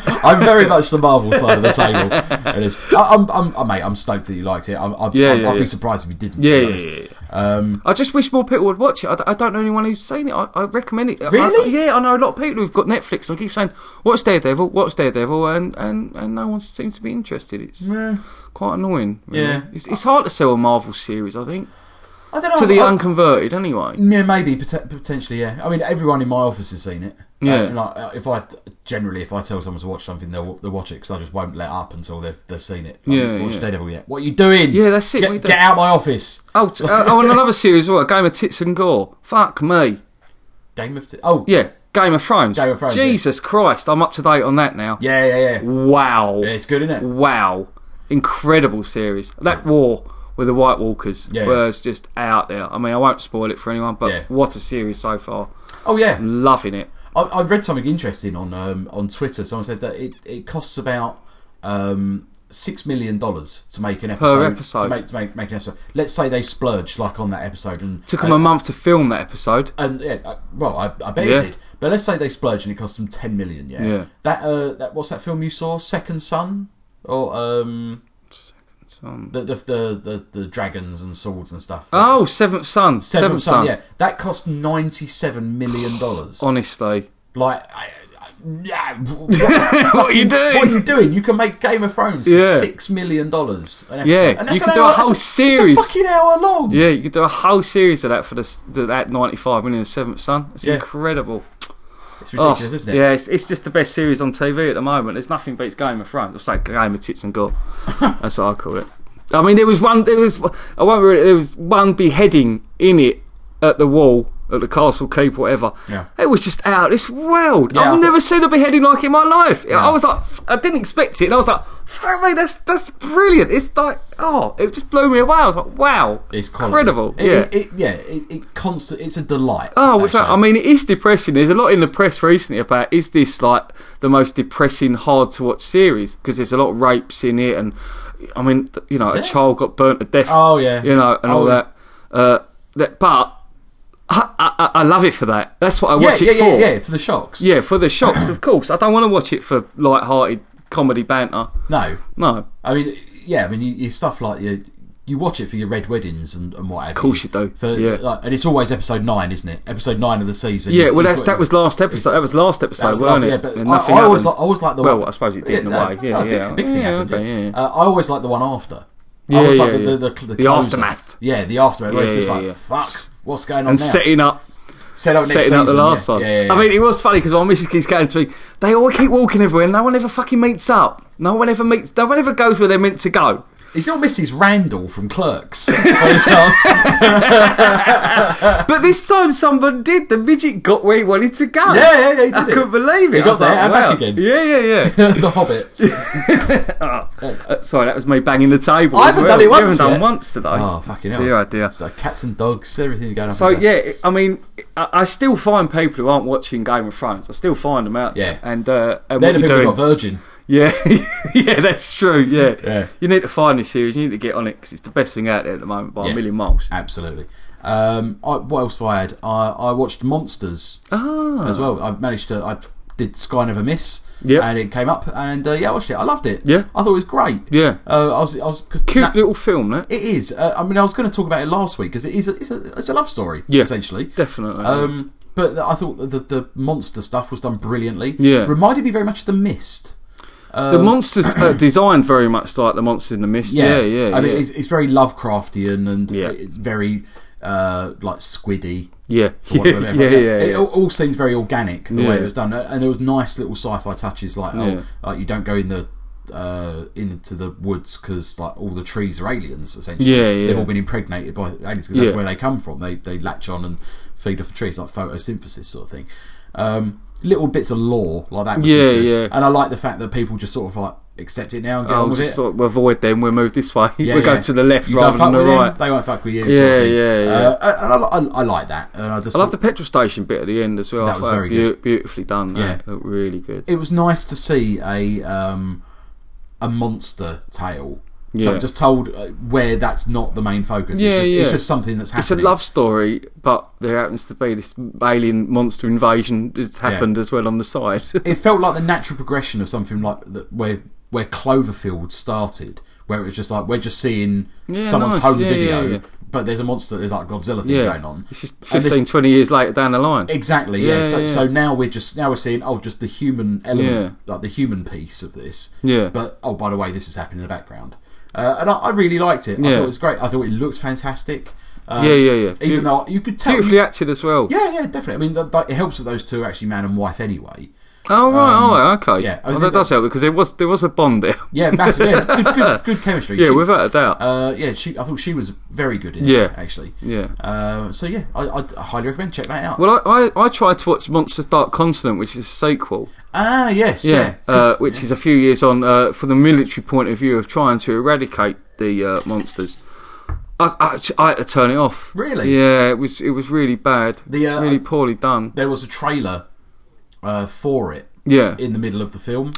[SPEAKER 2] hurt, that-
[SPEAKER 1] I'm very much the Marvel side of the table. It is. I, I'm, I'm, I, mate, I'm stoked that you liked it. I, I,
[SPEAKER 2] Yeah,
[SPEAKER 1] I,
[SPEAKER 2] yeah,
[SPEAKER 1] I'd
[SPEAKER 2] yeah.
[SPEAKER 1] be surprised if you didn't. to
[SPEAKER 2] Yeah,
[SPEAKER 1] be
[SPEAKER 2] yeah,
[SPEAKER 1] honest.
[SPEAKER 2] yeah, yeah.
[SPEAKER 1] Um,
[SPEAKER 2] I just wish more people would watch it. I, d- I don't know anyone who's seen it. I, I recommend it. I-
[SPEAKER 1] Really?
[SPEAKER 2] I- yeah, I know a lot of people who've got Netflix and I keep saying, "What's Daredevil? What's Daredevil?" and and, and no one seems to be interested. It's
[SPEAKER 1] Yeah.
[SPEAKER 2] quite annoying. really.
[SPEAKER 1] Yeah.
[SPEAKER 2] it's, it's hard to sell a Marvel series. I think
[SPEAKER 1] I don't know.
[SPEAKER 2] to the
[SPEAKER 1] I-
[SPEAKER 2] unconverted, anyway.
[SPEAKER 1] Yeah, maybe pot- potentially. Yeah, I mean, everyone in my office has seen it.
[SPEAKER 2] Yeah.
[SPEAKER 1] Uh, and I, if I generally, if I tell someone to watch something, they'll they'll watch it because I just won't let up until they've they've seen it. I
[SPEAKER 2] Yeah,
[SPEAKER 1] haven't watched
[SPEAKER 2] yeah.
[SPEAKER 1] Daredevil yet? What are you doing?
[SPEAKER 2] Yeah, that's it, what are you
[SPEAKER 1] Get,
[SPEAKER 2] doing?
[SPEAKER 1] get out my office.
[SPEAKER 2] Oh, t- uh, oh, and another series as well, Game of Tits and Gore. Fuck me.
[SPEAKER 1] Game of t- oh
[SPEAKER 2] Yeah, Game of Thrones.
[SPEAKER 1] Game of Thrones, yeah.
[SPEAKER 2] Jesus Christ, I'm up to date on that now.
[SPEAKER 1] yeah yeah yeah.
[SPEAKER 2] Wow.
[SPEAKER 1] Yeah, it's good, isn't it?
[SPEAKER 2] Wow. Incredible series. That war with the White Walkers
[SPEAKER 1] Yeah.
[SPEAKER 2] was just out there. I mean, I won't spoil it for anyone, but
[SPEAKER 1] Yeah.
[SPEAKER 2] what a series so far.
[SPEAKER 1] Oh yeah.
[SPEAKER 2] Loving it.
[SPEAKER 1] I, I read something interesting on um, on Twitter. Someone said that it, it costs about um, six million dollars to make an episode,
[SPEAKER 2] episode.
[SPEAKER 1] to make to make, make an episode. Let's say they splurged like on that episode and
[SPEAKER 2] Took
[SPEAKER 1] and-
[SPEAKER 2] them a month to film that episode.
[SPEAKER 1] and yeah, uh, well, I, I bet
[SPEAKER 2] Yeah.
[SPEAKER 1] it did. But let's say they splurged and it cost them ten million. Yeah,
[SPEAKER 2] Yeah.
[SPEAKER 1] that uh, that what's that film you saw? Second Son or um
[SPEAKER 2] So-
[SPEAKER 1] the the the, the, the dragons and swords and stuff.
[SPEAKER 2] Oh, Seventh Son.
[SPEAKER 1] Seventh
[SPEAKER 2] Seventh,
[SPEAKER 1] Son.
[SPEAKER 2] Son.
[SPEAKER 1] Yeah, that cost ninety seven million dollars.
[SPEAKER 2] Honestly.
[SPEAKER 1] like. I, I- yeah,
[SPEAKER 2] (laughs)
[SPEAKER 1] what,
[SPEAKER 2] What are you doing?
[SPEAKER 1] What are you doing? You can make Game of Thrones for
[SPEAKER 2] Yeah.
[SPEAKER 1] six million dollars.
[SPEAKER 2] Yeah, you can do a whole series.
[SPEAKER 1] It's a fucking hour long.
[SPEAKER 2] Yeah, you could do a whole series of that for this, that 95 million Seventh Son. It's
[SPEAKER 1] Yeah.
[SPEAKER 2] incredible.
[SPEAKER 1] It's ridiculous, isn't it?
[SPEAKER 2] Oh, Yeah, it's, it's just the best series on TV at the moment. There's nothing beats Game of Thrones. I'll say Game of Tits
[SPEAKER 1] (laughs)
[SPEAKER 2] and Gore. That's what I call it. I mean, there was one. There was I won't. Really, there was one beheading in it at the wall at the castle keep, whatever.
[SPEAKER 1] Yeah.
[SPEAKER 2] It was just out of this world.
[SPEAKER 1] Yeah, I
[SPEAKER 2] I've
[SPEAKER 1] thought-
[SPEAKER 2] never seen a beheading like it in my life. I was like, I didn't expect it, and I was like, fuck me, that's that's brilliant. It's like, oh, it just blew me away. I was like, wow,
[SPEAKER 1] It's quality.
[SPEAKER 2] incredible.
[SPEAKER 1] It-
[SPEAKER 2] yeah.
[SPEAKER 1] it, it, yeah, it, it constant. It's a delight.
[SPEAKER 2] Oh, without,
[SPEAKER 1] actually.
[SPEAKER 2] I mean, it is depressing. There's a lot in the press recently about is this like the most depressing, hard to watch series because there's a lot of rapes in it, and I mean, th- you know, a
[SPEAKER 1] it?
[SPEAKER 2] child got burnt to death.
[SPEAKER 1] Oh, yeah.
[SPEAKER 2] you know, and all
[SPEAKER 1] Oh.
[SPEAKER 2] that. Uh, that but I, I, I love it for that. That's what I watch
[SPEAKER 1] yeah,
[SPEAKER 2] it
[SPEAKER 1] yeah,
[SPEAKER 2] for.
[SPEAKER 1] Yeah, yeah, for the shocks.
[SPEAKER 2] Yeah, for the
[SPEAKER 1] (coughs)
[SPEAKER 2] shocks, of course. I don't want to watch it for light-hearted comedy banter.
[SPEAKER 1] No,
[SPEAKER 2] No,
[SPEAKER 1] I mean, yeah, I mean, you, you stuff like you, you watch it for your red weddings and, and whatever. Of
[SPEAKER 2] course you do,
[SPEAKER 1] For,
[SPEAKER 2] yeah.
[SPEAKER 1] like, and it's always episode nine, isn't it? Episode nine of the season.
[SPEAKER 2] yeah.
[SPEAKER 1] is-
[SPEAKER 2] Well,
[SPEAKER 1] is
[SPEAKER 2] that's,
[SPEAKER 1] what-
[SPEAKER 2] that was last episode. That was last episode,
[SPEAKER 1] that was the
[SPEAKER 2] wasn't
[SPEAKER 1] last-
[SPEAKER 2] it?
[SPEAKER 1] yeah, but
[SPEAKER 2] And
[SPEAKER 1] I,
[SPEAKER 2] nothing
[SPEAKER 1] I always like,
[SPEAKER 2] happened.
[SPEAKER 1] I always like the
[SPEAKER 2] Well,
[SPEAKER 1] one.
[SPEAKER 2] I suppose it did in a
[SPEAKER 1] no,
[SPEAKER 2] way.
[SPEAKER 1] it's
[SPEAKER 2] Yeah,
[SPEAKER 1] not a big,
[SPEAKER 2] yeah.
[SPEAKER 1] big thing
[SPEAKER 2] Yeah,
[SPEAKER 1] happened.
[SPEAKER 2] okay, yeah, yeah.
[SPEAKER 1] Uh, I always like the one after.
[SPEAKER 2] Yeah,
[SPEAKER 1] I always
[SPEAKER 2] yeah,
[SPEAKER 1] like the,
[SPEAKER 2] yeah.
[SPEAKER 1] the, the, the
[SPEAKER 2] The
[SPEAKER 1] closer.
[SPEAKER 2] aftermath.
[SPEAKER 1] Yeah, the aftermath. where it's
[SPEAKER 2] Yeah,
[SPEAKER 1] just
[SPEAKER 2] yeah,
[SPEAKER 1] like,
[SPEAKER 2] yeah.
[SPEAKER 1] fuck, what's going on
[SPEAKER 2] and
[SPEAKER 1] now?
[SPEAKER 2] setting up
[SPEAKER 1] Set up next
[SPEAKER 2] setting
[SPEAKER 1] season.
[SPEAKER 2] up the last
[SPEAKER 1] yeah.
[SPEAKER 2] one.
[SPEAKER 1] Yeah, yeah, yeah.
[SPEAKER 2] I mean, it was funny because my missus keeps going to me, they all keep walking everywhere, and no one ever fucking meets up. No one ever meets. No one ever goes where they're meant to go.
[SPEAKER 1] is your Mrs. Randall from
[SPEAKER 2] (laughs)
[SPEAKER 1] Clerks? (laughs) by any chance?
[SPEAKER 2] But this time, someone did. The midget got where he wanted to go.
[SPEAKER 1] Yeah, yeah, yeah, he
[SPEAKER 2] I
[SPEAKER 1] did it.
[SPEAKER 2] couldn't believe it.
[SPEAKER 1] He
[SPEAKER 2] I
[SPEAKER 1] got
[SPEAKER 2] was
[SPEAKER 1] there
[SPEAKER 2] like,
[SPEAKER 1] and back
[SPEAKER 2] wow.
[SPEAKER 1] again.
[SPEAKER 2] Yeah, yeah,
[SPEAKER 1] (laughs)
[SPEAKER 2] yeah.
[SPEAKER 1] the Hobbit.
[SPEAKER 2] (laughs) Uh, sorry, that was me banging the table.
[SPEAKER 1] I
[SPEAKER 2] as
[SPEAKER 1] haven't
[SPEAKER 2] well.
[SPEAKER 1] done it
[SPEAKER 2] You
[SPEAKER 1] once
[SPEAKER 2] haven't done
[SPEAKER 1] yet.
[SPEAKER 2] once today.
[SPEAKER 1] Oh fucking hell!
[SPEAKER 2] Dear, oh dear.
[SPEAKER 1] It's like cats and dogs, everything going on.
[SPEAKER 2] So yeah, I mean, I, I still find people who aren't watching Game of Thrones. I still find them out. there.
[SPEAKER 1] Yeah.
[SPEAKER 2] and uh, and
[SPEAKER 1] they're
[SPEAKER 2] what
[SPEAKER 1] the people
[SPEAKER 2] you're
[SPEAKER 1] who
[SPEAKER 2] doing.
[SPEAKER 1] got Virgin.
[SPEAKER 2] Yeah, (laughs) yeah, that's true. Yeah.
[SPEAKER 1] Yeah.
[SPEAKER 2] you need to find this series. You need to get on it because it's the best thing out there at the moment by
[SPEAKER 1] Yeah.
[SPEAKER 2] a million miles.
[SPEAKER 1] Absolutely. Um, I, what else have I had? I, I watched Monsters
[SPEAKER 2] Ah,
[SPEAKER 1] as well. I managed to. I did Sky Never Miss.
[SPEAKER 2] Yep.
[SPEAKER 1] And it came up, and uh, yeah, I watched it. I loved it.
[SPEAKER 2] Yeah.
[SPEAKER 1] I thought it was great.
[SPEAKER 2] Yeah.
[SPEAKER 1] Uh, I was. I was cause
[SPEAKER 2] cute
[SPEAKER 1] na-
[SPEAKER 2] little film, that
[SPEAKER 1] it is. Uh, I mean, I was going to talk about it last week because it is. A, it's, a, it's a love story.
[SPEAKER 2] Yeah.
[SPEAKER 1] Essentially.
[SPEAKER 2] definitely.
[SPEAKER 1] Um, but I thought the, the the monster stuff was done brilliantly.
[SPEAKER 2] Yeah.
[SPEAKER 1] Reminded me very much of The Mist.
[SPEAKER 2] the monsters
[SPEAKER 1] (coughs)
[SPEAKER 2] are designed very much like the monsters in the mist. Yeah, yeah, yeah.
[SPEAKER 1] I mean, it's, it's very Lovecraftian and
[SPEAKER 2] Yeah.
[SPEAKER 1] it's very uh, like squiddy.
[SPEAKER 2] yeah.
[SPEAKER 1] or
[SPEAKER 2] Yeah,
[SPEAKER 1] whatever.
[SPEAKER 2] yeah, yeah,
[SPEAKER 1] It
[SPEAKER 2] yeah.
[SPEAKER 1] all, all seemed very organic the way
[SPEAKER 2] Yeah.
[SPEAKER 1] it was done, and there was nice little sci-fi touches like, oh,
[SPEAKER 2] Yeah.
[SPEAKER 1] like you don't go in the uh, into the woods because like all the trees are aliens essentially.
[SPEAKER 2] Yeah, yeah.
[SPEAKER 1] They've all been impregnated by aliens because
[SPEAKER 2] Yeah.
[SPEAKER 1] that's where they come from. They they latch on and feed off the trees like photosynthesis sort of thing. Um, little bits of lore like that. Which is
[SPEAKER 2] Yeah,
[SPEAKER 1] good.
[SPEAKER 2] yeah.
[SPEAKER 1] And I like the fact that people just sort of like accept it now and get on
[SPEAKER 2] I'll
[SPEAKER 1] with
[SPEAKER 2] just
[SPEAKER 1] it.
[SPEAKER 2] sort of avoid them. We'll move this way. (laughs)
[SPEAKER 1] Yeah,
[SPEAKER 2] we'll
[SPEAKER 1] yeah.
[SPEAKER 2] go to the left
[SPEAKER 1] You don't
[SPEAKER 2] rather
[SPEAKER 1] fuck
[SPEAKER 2] than the
[SPEAKER 1] with them,
[SPEAKER 2] right.
[SPEAKER 1] They won't fuck with you.
[SPEAKER 2] Yeah,
[SPEAKER 1] sort of thing.
[SPEAKER 2] yeah, yeah.
[SPEAKER 1] Uh, and I, I, I like that, and I just
[SPEAKER 2] I love
[SPEAKER 1] thought-
[SPEAKER 2] the petrol station bit at the end as well.
[SPEAKER 1] That
[SPEAKER 2] I
[SPEAKER 1] was
[SPEAKER 2] thought
[SPEAKER 1] very good.
[SPEAKER 2] beautifully done. That.
[SPEAKER 1] Yeah.
[SPEAKER 2] looked really good.
[SPEAKER 1] it was nice to see a um, a monster tale So
[SPEAKER 2] Yeah.
[SPEAKER 1] just told uh, where that's not the main focus.
[SPEAKER 2] Yeah,
[SPEAKER 1] it's, just, it's
[SPEAKER 2] yeah.
[SPEAKER 1] just something that's
[SPEAKER 2] It's a
[SPEAKER 1] happening.
[SPEAKER 2] love story, but there happens to be this alien monster invasion that's happened as well on the side. (laughs)
[SPEAKER 1] it felt like the natural progression of something like that where where Cloverfield started, where it was just like we're just seeing
[SPEAKER 2] Yeah,
[SPEAKER 1] someone's
[SPEAKER 2] nice.
[SPEAKER 1] home
[SPEAKER 2] Yeah,
[SPEAKER 1] video,
[SPEAKER 2] yeah, yeah.
[SPEAKER 1] but there's a monster, there's like Godzilla thing
[SPEAKER 2] yeah.
[SPEAKER 1] going on.
[SPEAKER 2] It's just
[SPEAKER 1] And
[SPEAKER 2] 15,
[SPEAKER 1] this-
[SPEAKER 2] 20 years later down the line.
[SPEAKER 1] Exactly. Yeah.
[SPEAKER 2] Yeah,
[SPEAKER 1] so,
[SPEAKER 2] yeah.
[SPEAKER 1] so now we're just now we're seeing oh just the human element, like the human piece of this.
[SPEAKER 2] Yeah.
[SPEAKER 1] But oh by the way, this is happening in the background, uh, and I, I really liked it. I
[SPEAKER 2] Yeah.
[SPEAKER 1] thought it was great. I thought it looked fantastic. Uh,
[SPEAKER 2] Yeah, yeah, yeah.
[SPEAKER 1] Even
[SPEAKER 2] Beaut-
[SPEAKER 1] though you could tell,
[SPEAKER 2] Beautifully acted as well.
[SPEAKER 1] yeah, yeah, definitely. I mean, that, that, it helps that those two are actually man and wife anyway.
[SPEAKER 2] Oh right,
[SPEAKER 1] Um,
[SPEAKER 2] all right, okay.
[SPEAKER 1] yeah, I
[SPEAKER 2] well,
[SPEAKER 1] think
[SPEAKER 2] that does
[SPEAKER 1] that-
[SPEAKER 2] help because there was there was a bond there.
[SPEAKER 1] Yeah, massive. yeah, it's good, good, good chemistry.
[SPEAKER 2] (laughs) yeah,
[SPEAKER 1] She-
[SPEAKER 2] without a doubt.
[SPEAKER 1] Uh, yeah, she. I thought she was very good in
[SPEAKER 2] Yeah.
[SPEAKER 1] it. Actually.
[SPEAKER 2] Yeah.
[SPEAKER 1] Uh, so yeah, I, I, I highly recommend check that out.
[SPEAKER 2] well, I, I I tried to watch Monsters Dark Continent, which is a sequel.
[SPEAKER 1] ah, yes, yeah.
[SPEAKER 2] Yeah, uh, which is a few years on uh, from the military point of view of trying to eradicate the uh, monsters. I, I, I had to turn it off.
[SPEAKER 1] Really?
[SPEAKER 2] Yeah, it was it was really bad.
[SPEAKER 1] The, uh,
[SPEAKER 2] really poorly done.
[SPEAKER 1] there was a trailer uh, for it
[SPEAKER 2] Yeah.
[SPEAKER 1] in uh, the middle of the film.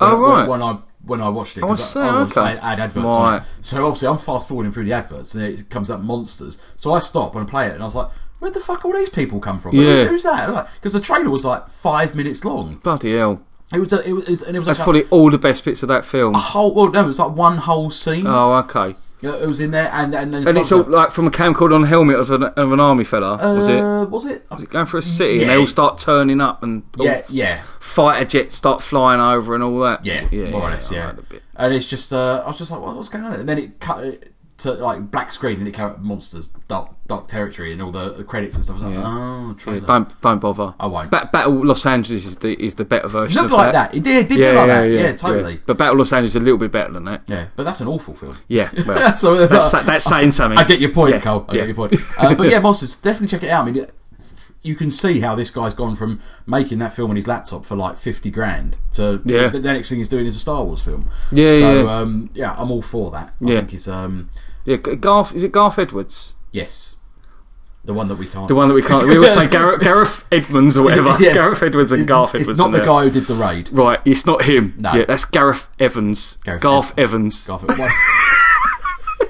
[SPEAKER 2] Oh,
[SPEAKER 1] When-
[SPEAKER 2] right.
[SPEAKER 1] When I when I watched it,
[SPEAKER 2] I
[SPEAKER 1] 'cause
[SPEAKER 2] see,
[SPEAKER 1] was-
[SPEAKER 2] okay.
[SPEAKER 1] I had adverts on it.
[SPEAKER 2] Right.
[SPEAKER 1] So obviously I'm fast forwarding through the adverts, and it comes up monsters. So I stop and I play it, and I was like, "Where the fuck all these people come from? Who-
[SPEAKER 2] Yeah.
[SPEAKER 1] Who's that?" Because the trailer was like five minutes long.
[SPEAKER 2] Bloody hell!
[SPEAKER 1] It was, a, it was, and it was
[SPEAKER 2] That's
[SPEAKER 1] like
[SPEAKER 2] probably all the best bits of that film.
[SPEAKER 1] a whole. Well, no, it was like one whole scene.
[SPEAKER 2] Oh, okay.
[SPEAKER 1] Yeah, it was in there, and and,
[SPEAKER 2] And it's all like from a camcorder on a helmet of an, of an army fella, was it?
[SPEAKER 1] Uh, was it?
[SPEAKER 2] Is it going for a city and they
[SPEAKER 1] Yeah.
[SPEAKER 2] all start turning up and all
[SPEAKER 1] Yeah, yeah,
[SPEAKER 2] fighter jets start flying over and all that?
[SPEAKER 1] yeah, more or less,
[SPEAKER 2] I
[SPEAKER 1] yeah.
[SPEAKER 2] heard a bit.
[SPEAKER 1] And it's just, uh, I was just like, what, what's going on? And then it cut it to like black screen, and it came up monsters, dark, dark territory, and all the, the credits and stuff. I was like, oh,
[SPEAKER 2] Yeah,
[SPEAKER 1] trailer.
[SPEAKER 2] don't don't bother.
[SPEAKER 1] I won't.
[SPEAKER 2] Ba- Battle Los Angeles is the is the better version.
[SPEAKER 1] looked
[SPEAKER 2] of
[SPEAKER 1] like that. It did, it did
[SPEAKER 2] Yeah,
[SPEAKER 1] look like
[SPEAKER 2] yeah,
[SPEAKER 1] that.
[SPEAKER 2] yeah,
[SPEAKER 1] Yeah, totally.
[SPEAKER 2] yeah.
[SPEAKER 1] Yeah.
[SPEAKER 2] But Battle Los Angeles is a little bit better than that.
[SPEAKER 1] but that's an awful film. (laughs)
[SPEAKER 2] Yeah, well,
[SPEAKER 1] So
[SPEAKER 2] that's that's saying something.
[SPEAKER 1] I get your point,
[SPEAKER 2] Yeah,
[SPEAKER 1] Cole. I
[SPEAKER 2] yeah.
[SPEAKER 1] get your point. Uh, but yeah, monsters, definitely check it out. I mean. It, you can see how this guy's gone from making that film on his laptop for like fifty grand to
[SPEAKER 2] Yeah.
[SPEAKER 1] the, the next thing he's doing is a Star Wars film.
[SPEAKER 2] Yeah,
[SPEAKER 1] so,
[SPEAKER 2] yeah.
[SPEAKER 1] um, yeah, I'm all for that. I
[SPEAKER 2] Yeah.
[SPEAKER 1] think it's um,
[SPEAKER 2] (laughs) Yeah, G- Garth is it Garth Edwards?
[SPEAKER 1] yes, the one that we can't.
[SPEAKER 2] The one that we
[SPEAKER 1] (laughs)
[SPEAKER 2] can't. We always say Gareth, Gareth Edmonds or whatever.
[SPEAKER 1] Yeah.
[SPEAKER 2] Gareth Edwards and Garth Edwards.
[SPEAKER 1] It's not
[SPEAKER 2] in
[SPEAKER 1] the
[SPEAKER 2] there.
[SPEAKER 1] guy who did the
[SPEAKER 2] (laughs)
[SPEAKER 1] raid.
[SPEAKER 2] Right, it's not him.
[SPEAKER 1] No.
[SPEAKER 2] Yeah, that's Gareth Evans.
[SPEAKER 1] Gareth
[SPEAKER 2] Garth Evans.
[SPEAKER 1] Garth- what-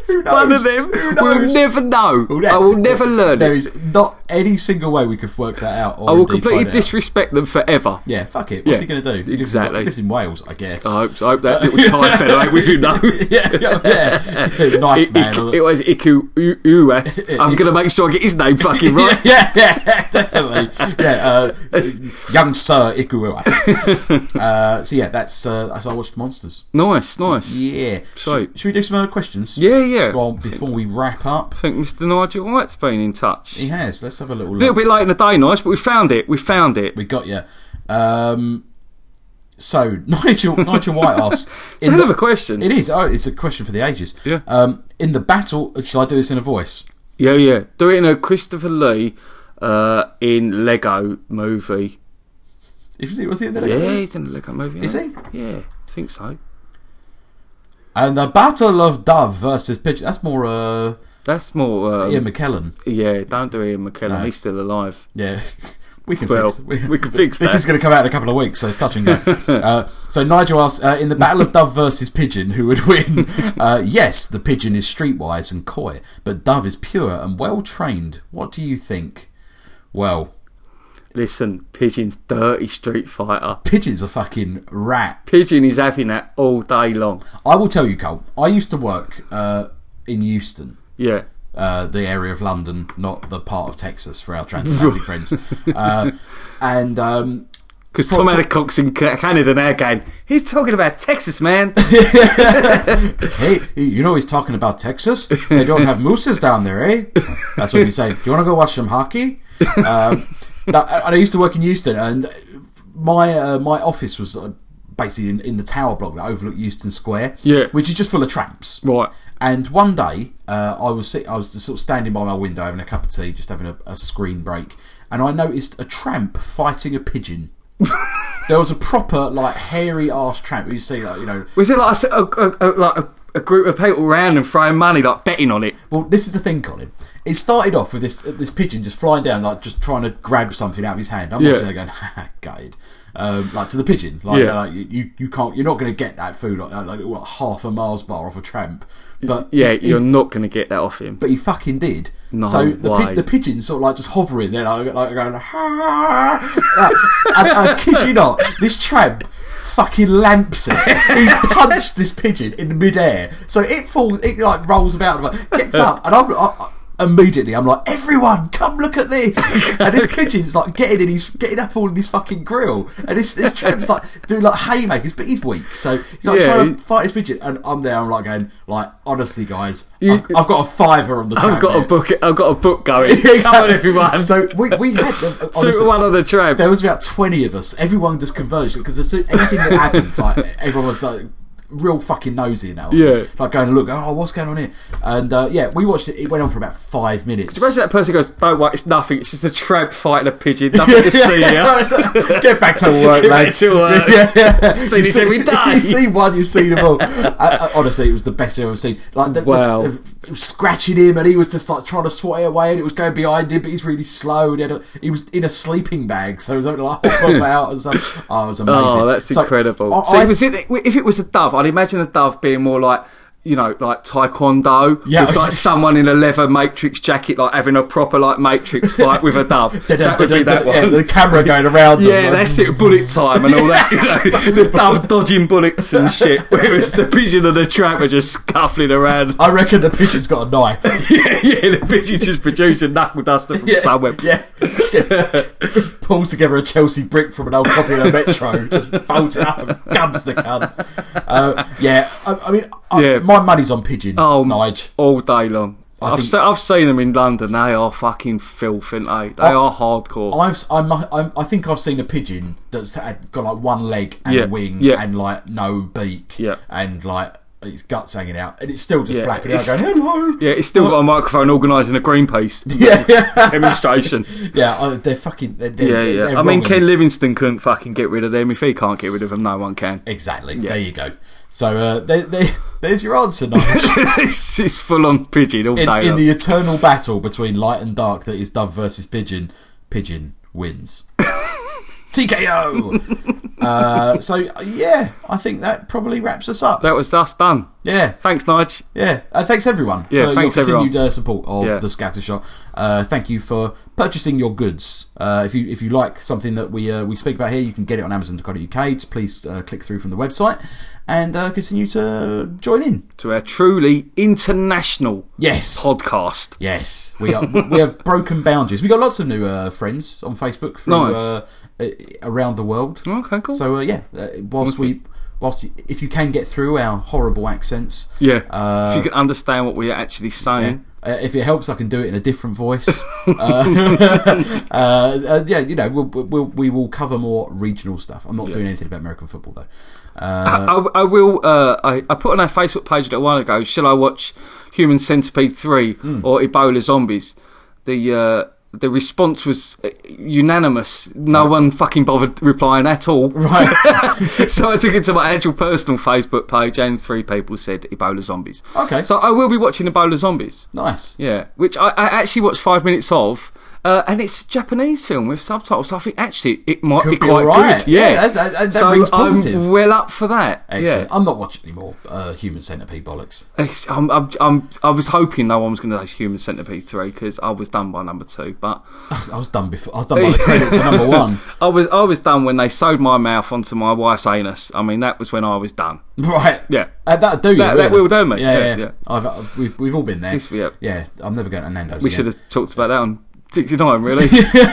[SPEAKER 1] Who knows?
[SPEAKER 2] One of them. We'll
[SPEAKER 1] knows?
[SPEAKER 2] never know.
[SPEAKER 1] Who knows?
[SPEAKER 2] I will never learn.
[SPEAKER 1] There
[SPEAKER 2] it.
[SPEAKER 1] is not any single way we could work that out. Or
[SPEAKER 2] I will
[SPEAKER 1] indeed
[SPEAKER 2] completely
[SPEAKER 1] find out.
[SPEAKER 2] disrespect them forever.
[SPEAKER 1] Yeah, fuck it. What's
[SPEAKER 2] Yeah,
[SPEAKER 1] he going to do? He lives in-
[SPEAKER 2] exactly.
[SPEAKER 1] He lives in Wales, I guess. (laughs)
[SPEAKER 2] I hope, so. I hope that little Thai fellow ain't with you now.
[SPEAKER 1] yeah,
[SPEAKER 2] (laughs)
[SPEAKER 1] yeah, yeah.
[SPEAKER 2] I-
[SPEAKER 1] Knife man.
[SPEAKER 2] I- It was Iku U-
[SPEAKER 1] (laughs)
[SPEAKER 2] Uwat. I'm going to make sure I get his name fucking right.
[SPEAKER 1] yeah, yeah, definitely. Yeah,
[SPEAKER 2] (laughs)
[SPEAKER 1] uh, young Sir Ikuwa. uh, so yeah, that's uh, that's how I watched Monsters.
[SPEAKER 2] Nice, nice. Yeah,
[SPEAKER 1] Yeah.
[SPEAKER 2] So-
[SPEAKER 1] should, should we do some other questions?
[SPEAKER 2] yeah.
[SPEAKER 1] Go on, before we wrap up,
[SPEAKER 2] I think Mr. Nigel White's been in touch.
[SPEAKER 1] he has. Let's have a little
[SPEAKER 2] A little
[SPEAKER 1] look.
[SPEAKER 2] bit late in the day, nice, but we found it. We found it.
[SPEAKER 1] We got you. Um, so (laughs) Nigel Nigel
[SPEAKER 2] (laughs)
[SPEAKER 1] White asks.
[SPEAKER 2] It's a hell of a question.
[SPEAKER 1] It is. Oh, it's a question for the ages.
[SPEAKER 2] Yeah.
[SPEAKER 1] Um, in the battle, shall I do this in a voice?
[SPEAKER 2] Yeah, yeah. Do it in a Christopher Lee uh, in Lego movie.
[SPEAKER 1] If you see, was he in the
[SPEAKER 2] Yeah, he's in a Lego movie.
[SPEAKER 1] Is
[SPEAKER 2] isn't Yeah, I think so.
[SPEAKER 1] And the battle of Dove versus Pigeon. That's more uh,
[SPEAKER 2] That's more. Um,
[SPEAKER 1] Ian McKellen.
[SPEAKER 2] Yeah, don't do Ian McKellen.
[SPEAKER 1] No.
[SPEAKER 2] He's still alive.
[SPEAKER 1] Yeah. (laughs) We can
[SPEAKER 2] Well,
[SPEAKER 1] fix we,
[SPEAKER 2] (laughs) we can
[SPEAKER 1] (laughs)
[SPEAKER 2] fix
[SPEAKER 1] this
[SPEAKER 2] that.
[SPEAKER 1] is going to come out in a couple of weeks, so it's touch and go. uh, so Nigel asks, uh, in the battle of Dove versus Pigeon, who would win? Uh, yes, the Pigeon is streetwise and coy, but Dove is pure and well trained. What do you think? Well,
[SPEAKER 2] Listen, Pigeon's dirty street fighter.
[SPEAKER 1] Pigeon's a fucking rat.
[SPEAKER 2] Pigeon is having that all day long.
[SPEAKER 1] I will tell you, Cole. I used to work uh, in Euston,
[SPEAKER 2] Yeah.
[SPEAKER 1] uh, the area of London, not the part of Texas for our transatlantic friends. Uh, and um,
[SPEAKER 2] Because Tom
[SPEAKER 1] Pro-
[SPEAKER 2] Adcock's in Ca- Canada now going, he's talking about Texas, man.
[SPEAKER 1] (laughs) hey, you know he's talking about Texas. They don't have mooses down there, eh? That's what we say. Do you want to go watch some hockey? Um, now, and I used to work in Euston, and my uh, my office was uh, basically in, in the tower block that overlooked Euston Square,
[SPEAKER 2] Yeah.
[SPEAKER 1] which is just full of tramps,
[SPEAKER 2] Right.
[SPEAKER 1] And one day, uh, I was sit- I was sort of standing by my window having a cup of tea, just having a, a screen break, and I noticed a tramp fighting a
[SPEAKER 2] (laughs)
[SPEAKER 1] pigeon. there was a proper like hairy ass tramp. You see, like, you know,
[SPEAKER 2] Was it like a, s- a- a- a- like a, a group of people around and throwing money, like betting on it.
[SPEAKER 1] Well, this is the thing, Colin. It started off with this this pigeon just flying down, like just trying to grab something out of his hand. I'm
[SPEAKER 2] Yeah.
[SPEAKER 1] watching it going, ha, (laughs) gutted. Um, like to the pigeon, like,
[SPEAKER 2] Yeah.
[SPEAKER 1] like, you, you can't, you're not going to get that food like that, like what, half a Mars bar off a tramp. But
[SPEAKER 2] Yeah,
[SPEAKER 1] if- if-
[SPEAKER 2] you're not going to get that off him.
[SPEAKER 1] but he fucking did.
[SPEAKER 2] No
[SPEAKER 1] so the,
[SPEAKER 2] way.
[SPEAKER 1] the pigeon's sort of like just hovering there, like, like going, ha and I kid you not, this tramp fucking lamps it. he punched this pigeon in midair. So it falls, it like rolls about, like, gets up, and I'm. I, I- Immediately, I'm like, everyone, come look at this! And this pigeon's like getting in, he's getting up all in his fucking grill, and this this tramp's like doing like haymakers, but he's weak, so he's like
[SPEAKER 2] Yeah,
[SPEAKER 1] trying
[SPEAKER 2] he-
[SPEAKER 1] to fight his pigeon. And I'm there, I'm like going, like, honestly, guys,
[SPEAKER 2] You-
[SPEAKER 1] I've, I've got a fiver on the.
[SPEAKER 2] I've
[SPEAKER 1] tram
[SPEAKER 2] got
[SPEAKER 1] here.
[SPEAKER 2] a book. I've got a book going. Come on,
[SPEAKER 1] (laughs) Exactly.
[SPEAKER 2] everyone.
[SPEAKER 1] So we we had
[SPEAKER 2] (laughs)
[SPEAKER 1] them,
[SPEAKER 2] Two to
[SPEAKER 1] honestly,
[SPEAKER 2] one on the tramp.
[SPEAKER 1] There was about twenty of us. Everyone just converged because as soon anything that
[SPEAKER 2] (laughs)
[SPEAKER 1] happened, like everyone was like real fucking nosy in that office.
[SPEAKER 2] Yeah.
[SPEAKER 1] Like going to look, oh, what's going on here? And uh, yeah, we watched it. It went on for about five minutes.
[SPEAKER 2] Imagine that person goes, "Don't worry, it's nothing. It's just a tramp fighting a
[SPEAKER 1] (laughs)
[SPEAKER 2] pigeon. Nothing to see here." (laughs)
[SPEAKER 1] Get back to work,
[SPEAKER 2] Get back
[SPEAKER 1] lads.
[SPEAKER 2] to work.
[SPEAKER 1] (laughs) Yeah, yeah. See
[SPEAKER 2] this every day.
[SPEAKER 1] (laughs) You see one, you see them
[SPEAKER 2] (laughs)
[SPEAKER 1] all. I, I- honestly, it was the best I've ever seen. Like the, the-
[SPEAKER 2] Wow.
[SPEAKER 1] the- it was scratching him, and he was just like trying to swat it away, and it was going behind him, but he's really slow. And he, had a, he was in a sleeping bag, so he was only like
[SPEAKER 2] (laughs)
[SPEAKER 1] pop out and stuff. Oh, it was amazing.
[SPEAKER 2] Oh, that's
[SPEAKER 1] So,
[SPEAKER 2] incredible.
[SPEAKER 1] I-
[SPEAKER 2] so
[SPEAKER 1] I-
[SPEAKER 2] if,
[SPEAKER 1] (laughs)
[SPEAKER 2] it was in, if it was a dove, I'd imagine a dove being more like. You know, like taekwondo,
[SPEAKER 1] Yeah.
[SPEAKER 2] with like someone in a leather matrix jacket, like having a proper
[SPEAKER 1] (laughs)
[SPEAKER 2] like matrix fight with a dove. that would be that
[SPEAKER 1] yeah,
[SPEAKER 2] one.
[SPEAKER 1] the camera going around. them,
[SPEAKER 2] (laughs) Yeah,
[SPEAKER 1] like-
[SPEAKER 2] that's it. Bullet time and all that. You
[SPEAKER 1] (laughs)
[SPEAKER 2] know, the dove dodging bullets and shit. Whereas the pigeon and the tramp are just scuffling around.
[SPEAKER 1] I reckon the pigeon's got a knife.
[SPEAKER 2] (laughs) yeah, yeah, the pigeon just producing knuckle duster from somewhere.
[SPEAKER 1] Yeah. (laughs) Pulls together a Chelsea brick from an old copy of the Metro, just folds it up and gums the cunt. Uh, yeah, I, I mean, I,
[SPEAKER 2] Yeah.
[SPEAKER 1] my money's on Pigeon,
[SPEAKER 2] Oh,
[SPEAKER 1] Nige.
[SPEAKER 2] all day long. I have
[SPEAKER 1] think-
[SPEAKER 2] se- I've seen them in London. They are fucking filth, aren't they? They
[SPEAKER 1] I-
[SPEAKER 2] are hardcore.
[SPEAKER 1] I've, s- I'm, I'm, I think I've seen a pigeon that's had got like one leg and
[SPEAKER 2] Yeah,
[SPEAKER 1] a wing
[SPEAKER 2] yeah.
[SPEAKER 1] and like no beak
[SPEAKER 2] Yeah.
[SPEAKER 1] and like its guts hanging out and it's still just
[SPEAKER 2] Yeah,
[SPEAKER 1] flapping
[SPEAKER 2] it's-
[SPEAKER 1] out going, hello.
[SPEAKER 2] yeah, it's still got a microphone organising a Greenpeace
[SPEAKER 1] Yeah, (laughs) yeah,
[SPEAKER 2] demonstration.
[SPEAKER 1] yeah. I, they're fucking. They're, they're,
[SPEAKER 2] yeah,
[SPEAKER 1] they're
[SPEAKER 2] yeah. I mean, Ken
[SPEAKER 1] wrongins.
[SPEAKER 2] Livingston couldn't fucking get rid of them. If he can't get rid of them, no one can. (laughs)
[SPEAKER 1] Exactly. There you go. So uh, there there- there's your answer,
[SPEAKER 2] (laughs)
[SPEAKER 1] Nige.
[SPEAKER 2] it's, it's full on pigeon all
[SPEAKER 1] in,
[SPEAKER 2] day
[SPEAKER 1] in
[SPEAKER 2] long.
[SPEAKER 1] the eternal battle between light and dark that is Dove versus Pigeon, Pigeon
[SPEAKER 2] (laughs)
[SPEAKER 1] wins. TKO. uh, so yeah, I think that probably wraps us up.
[SPEAKER 2] that was us done.
[SPEAKER 1] yeah,
[SPEAKER 2] Thanks, Nige.
[SPEAKER 1] yeah. Uh, thanks everyone
[SPEAKER 2] Yeah,
[SPEAKER 1] for
[SPEAKER 2] thanks
[SPEAKER 1] your
[SPEAKER 2] everyone.
[SPEAKER 1] continued uh, support of
[SPEAKER 2] Yeah.
[SPEAKER 1] the Scattershot. Uh, thank you for purchasing your goods. Uh, if you if you like something that we uh, we speak about here, you can get it on Amazon.co.uk. Just Please uh, click through from the website and uh, continue to join in.
[SPEAKER 2] To our truly international
[SPEAKER 1] Yes.
[SPEAKER 2] podcast.
[SPEAKER 1] Yes, we are. we have broken boundaries. We got lots of new uh, friends on Facebook from
[SPEAKER 2] Nice.
[SPEAKER 1] uh, uh, around the world.
[SPEAKER 2] Okay, cool.
[SPEAKER 1] So uh, yeah, uh, whilst we, whilst y if you can get through our horrible accents,
[SPEAKER 2] yeah.
[SPEAKER 1] uh,
[SPEAKER 2] if you can understand what we're actually saying.
[SPEAKER 1] uh, if it helps, I can do it in a different
[SPEAKER 2] (laughs)
[SPEAKER 1] voice. uh, (laughs) uh, uh, yeah, you know, we'll, we'll, we will cover more regional stuff. I'm not doing anything about American football though. Uh,
[SPEAKER 2] I, I will. Uh, I, I put on our Facebook page a little while ago. Shall I watch Human Centipede three
[SPEAKER 1] Hmm.
[SPEAKER 2] or Ebola Zombies? The uh, the response was uh, unanimous. No one fucking bothered replying at all.
[SPEAKER 1] right.
[SPEAKER 2] (laughs) so I took it to my actual personal Facebook page, and three people said Ebola Zombies.
[SPEAKER 1] Okay.
[SPEAKER 2] So I will be watching Ebola Zombies.
[SPEAKER 1] nice.
[SPEAKER 2] Yeah, which I, I actually watched five minutes of, uh, and it's a Japanese film with subtitles. So I think actually it might
[SPEAKER 1] Could
[SPEAKER 2] be
[SPEAKER 1] be
[SPEAKER 2] quite
[SPEAKER 1] alright.
[SPEAKER 2] good. Yeah,
[SPEAKER 1] Yeah, that's- that- that
[SPEAKER 2] so
[SPEAKER 1] rings positive.
[SPEAKER 2] I'm well up for that.
[SPEAKER 1] Excellent.
[SPEAKER 2] Yeah,
[SPEAKER 1] I'm not watching any more uh, Human Centipede bollocks. (laughs)
[SPEAKER 2] It's- I'm, I'm, I'm, I was hoping no one was going to say Human Centipede three because I was done by number two, but
[SPEAKER 1] I was done before. I was done
[SPEAKER 2] (laughs)
[SPEAKER 1] by the credits of number one.
[SPEAKER 2] I was I was done when they sewed my mouth onto my wife's anus. I mean that was when I was done.
[SPEAKER 1] Right.
[SPEAKER 2] Yeah.
[SPEAKER 1] Uh, that'll do you.
[SPEAKER 2] That- that
[SPEAKER 1] really.
[SPEAKER 2] will do me.
[SPEAKER 1] Yeah,
[SPEAKER 2] Yeah,
[SPEAKER 1] yeah.
[SPEAKER 2] yeah.
[SPEAKER 1] I've, I've, we've, we've all been there.
[SPEAKER 2] Yes, we have.
[SPEAKER 1] Yeah, I'm never going to Nando's.
[SPEAKER 2] We should
[SPEAKER 1] (laughs) again.
[SPEAKER 2] have talked about that on sixty nine,
[SPEAKER 1] (laughs)
[SPEAKER 2] really.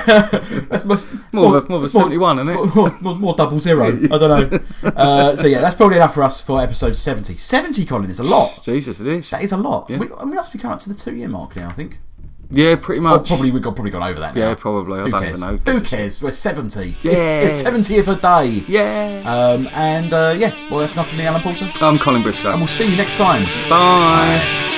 [SPEAKER 1] That's most,
[SPEAKER 2] More of a- more of a 71, isn't it?
[SPEAKER 1] More, more, more double zero. I
[SPEAKER 2] (laughs)
[SPEAKER 1] don't know. Uh, so, yeah, that's probably enough for us for episode 70. 70, Colin, is a lot.
[SPEAKER 2] Jesus, it is.
[SPEAKER 1] That is a lot. We, we must be coming up to the two year mark now, I think.
[SPEAKER 2] Yeah, pretty
[SPEAKER 1] Oh,
[SPEAKER 2] much.
[SPEAKER 1] probably we've got, probably gone over that now.
[SPEAKER 2] Yeah, probably. I
[SPEAKER 1] Who
[SPEAKER 2] don't
[SPEAKER 1] cares?
[SPEAKER 2] even know.
[SPEAKER 1] Who cares? We're 70. It's-
[SPEAKER 2] Yeah.
[SPEAKER 1] It's 70 of a day.
[SPEAKER 2] Yeah.
[SPEAKER 1] Um, and uh, yeah, well, that's enough from me, Alan Porter. And
[SPEAKER 2] I'm Colin Briscoe.
[SPEAKER 1] we'll see you next time.
[SPEAKER 2] Bye.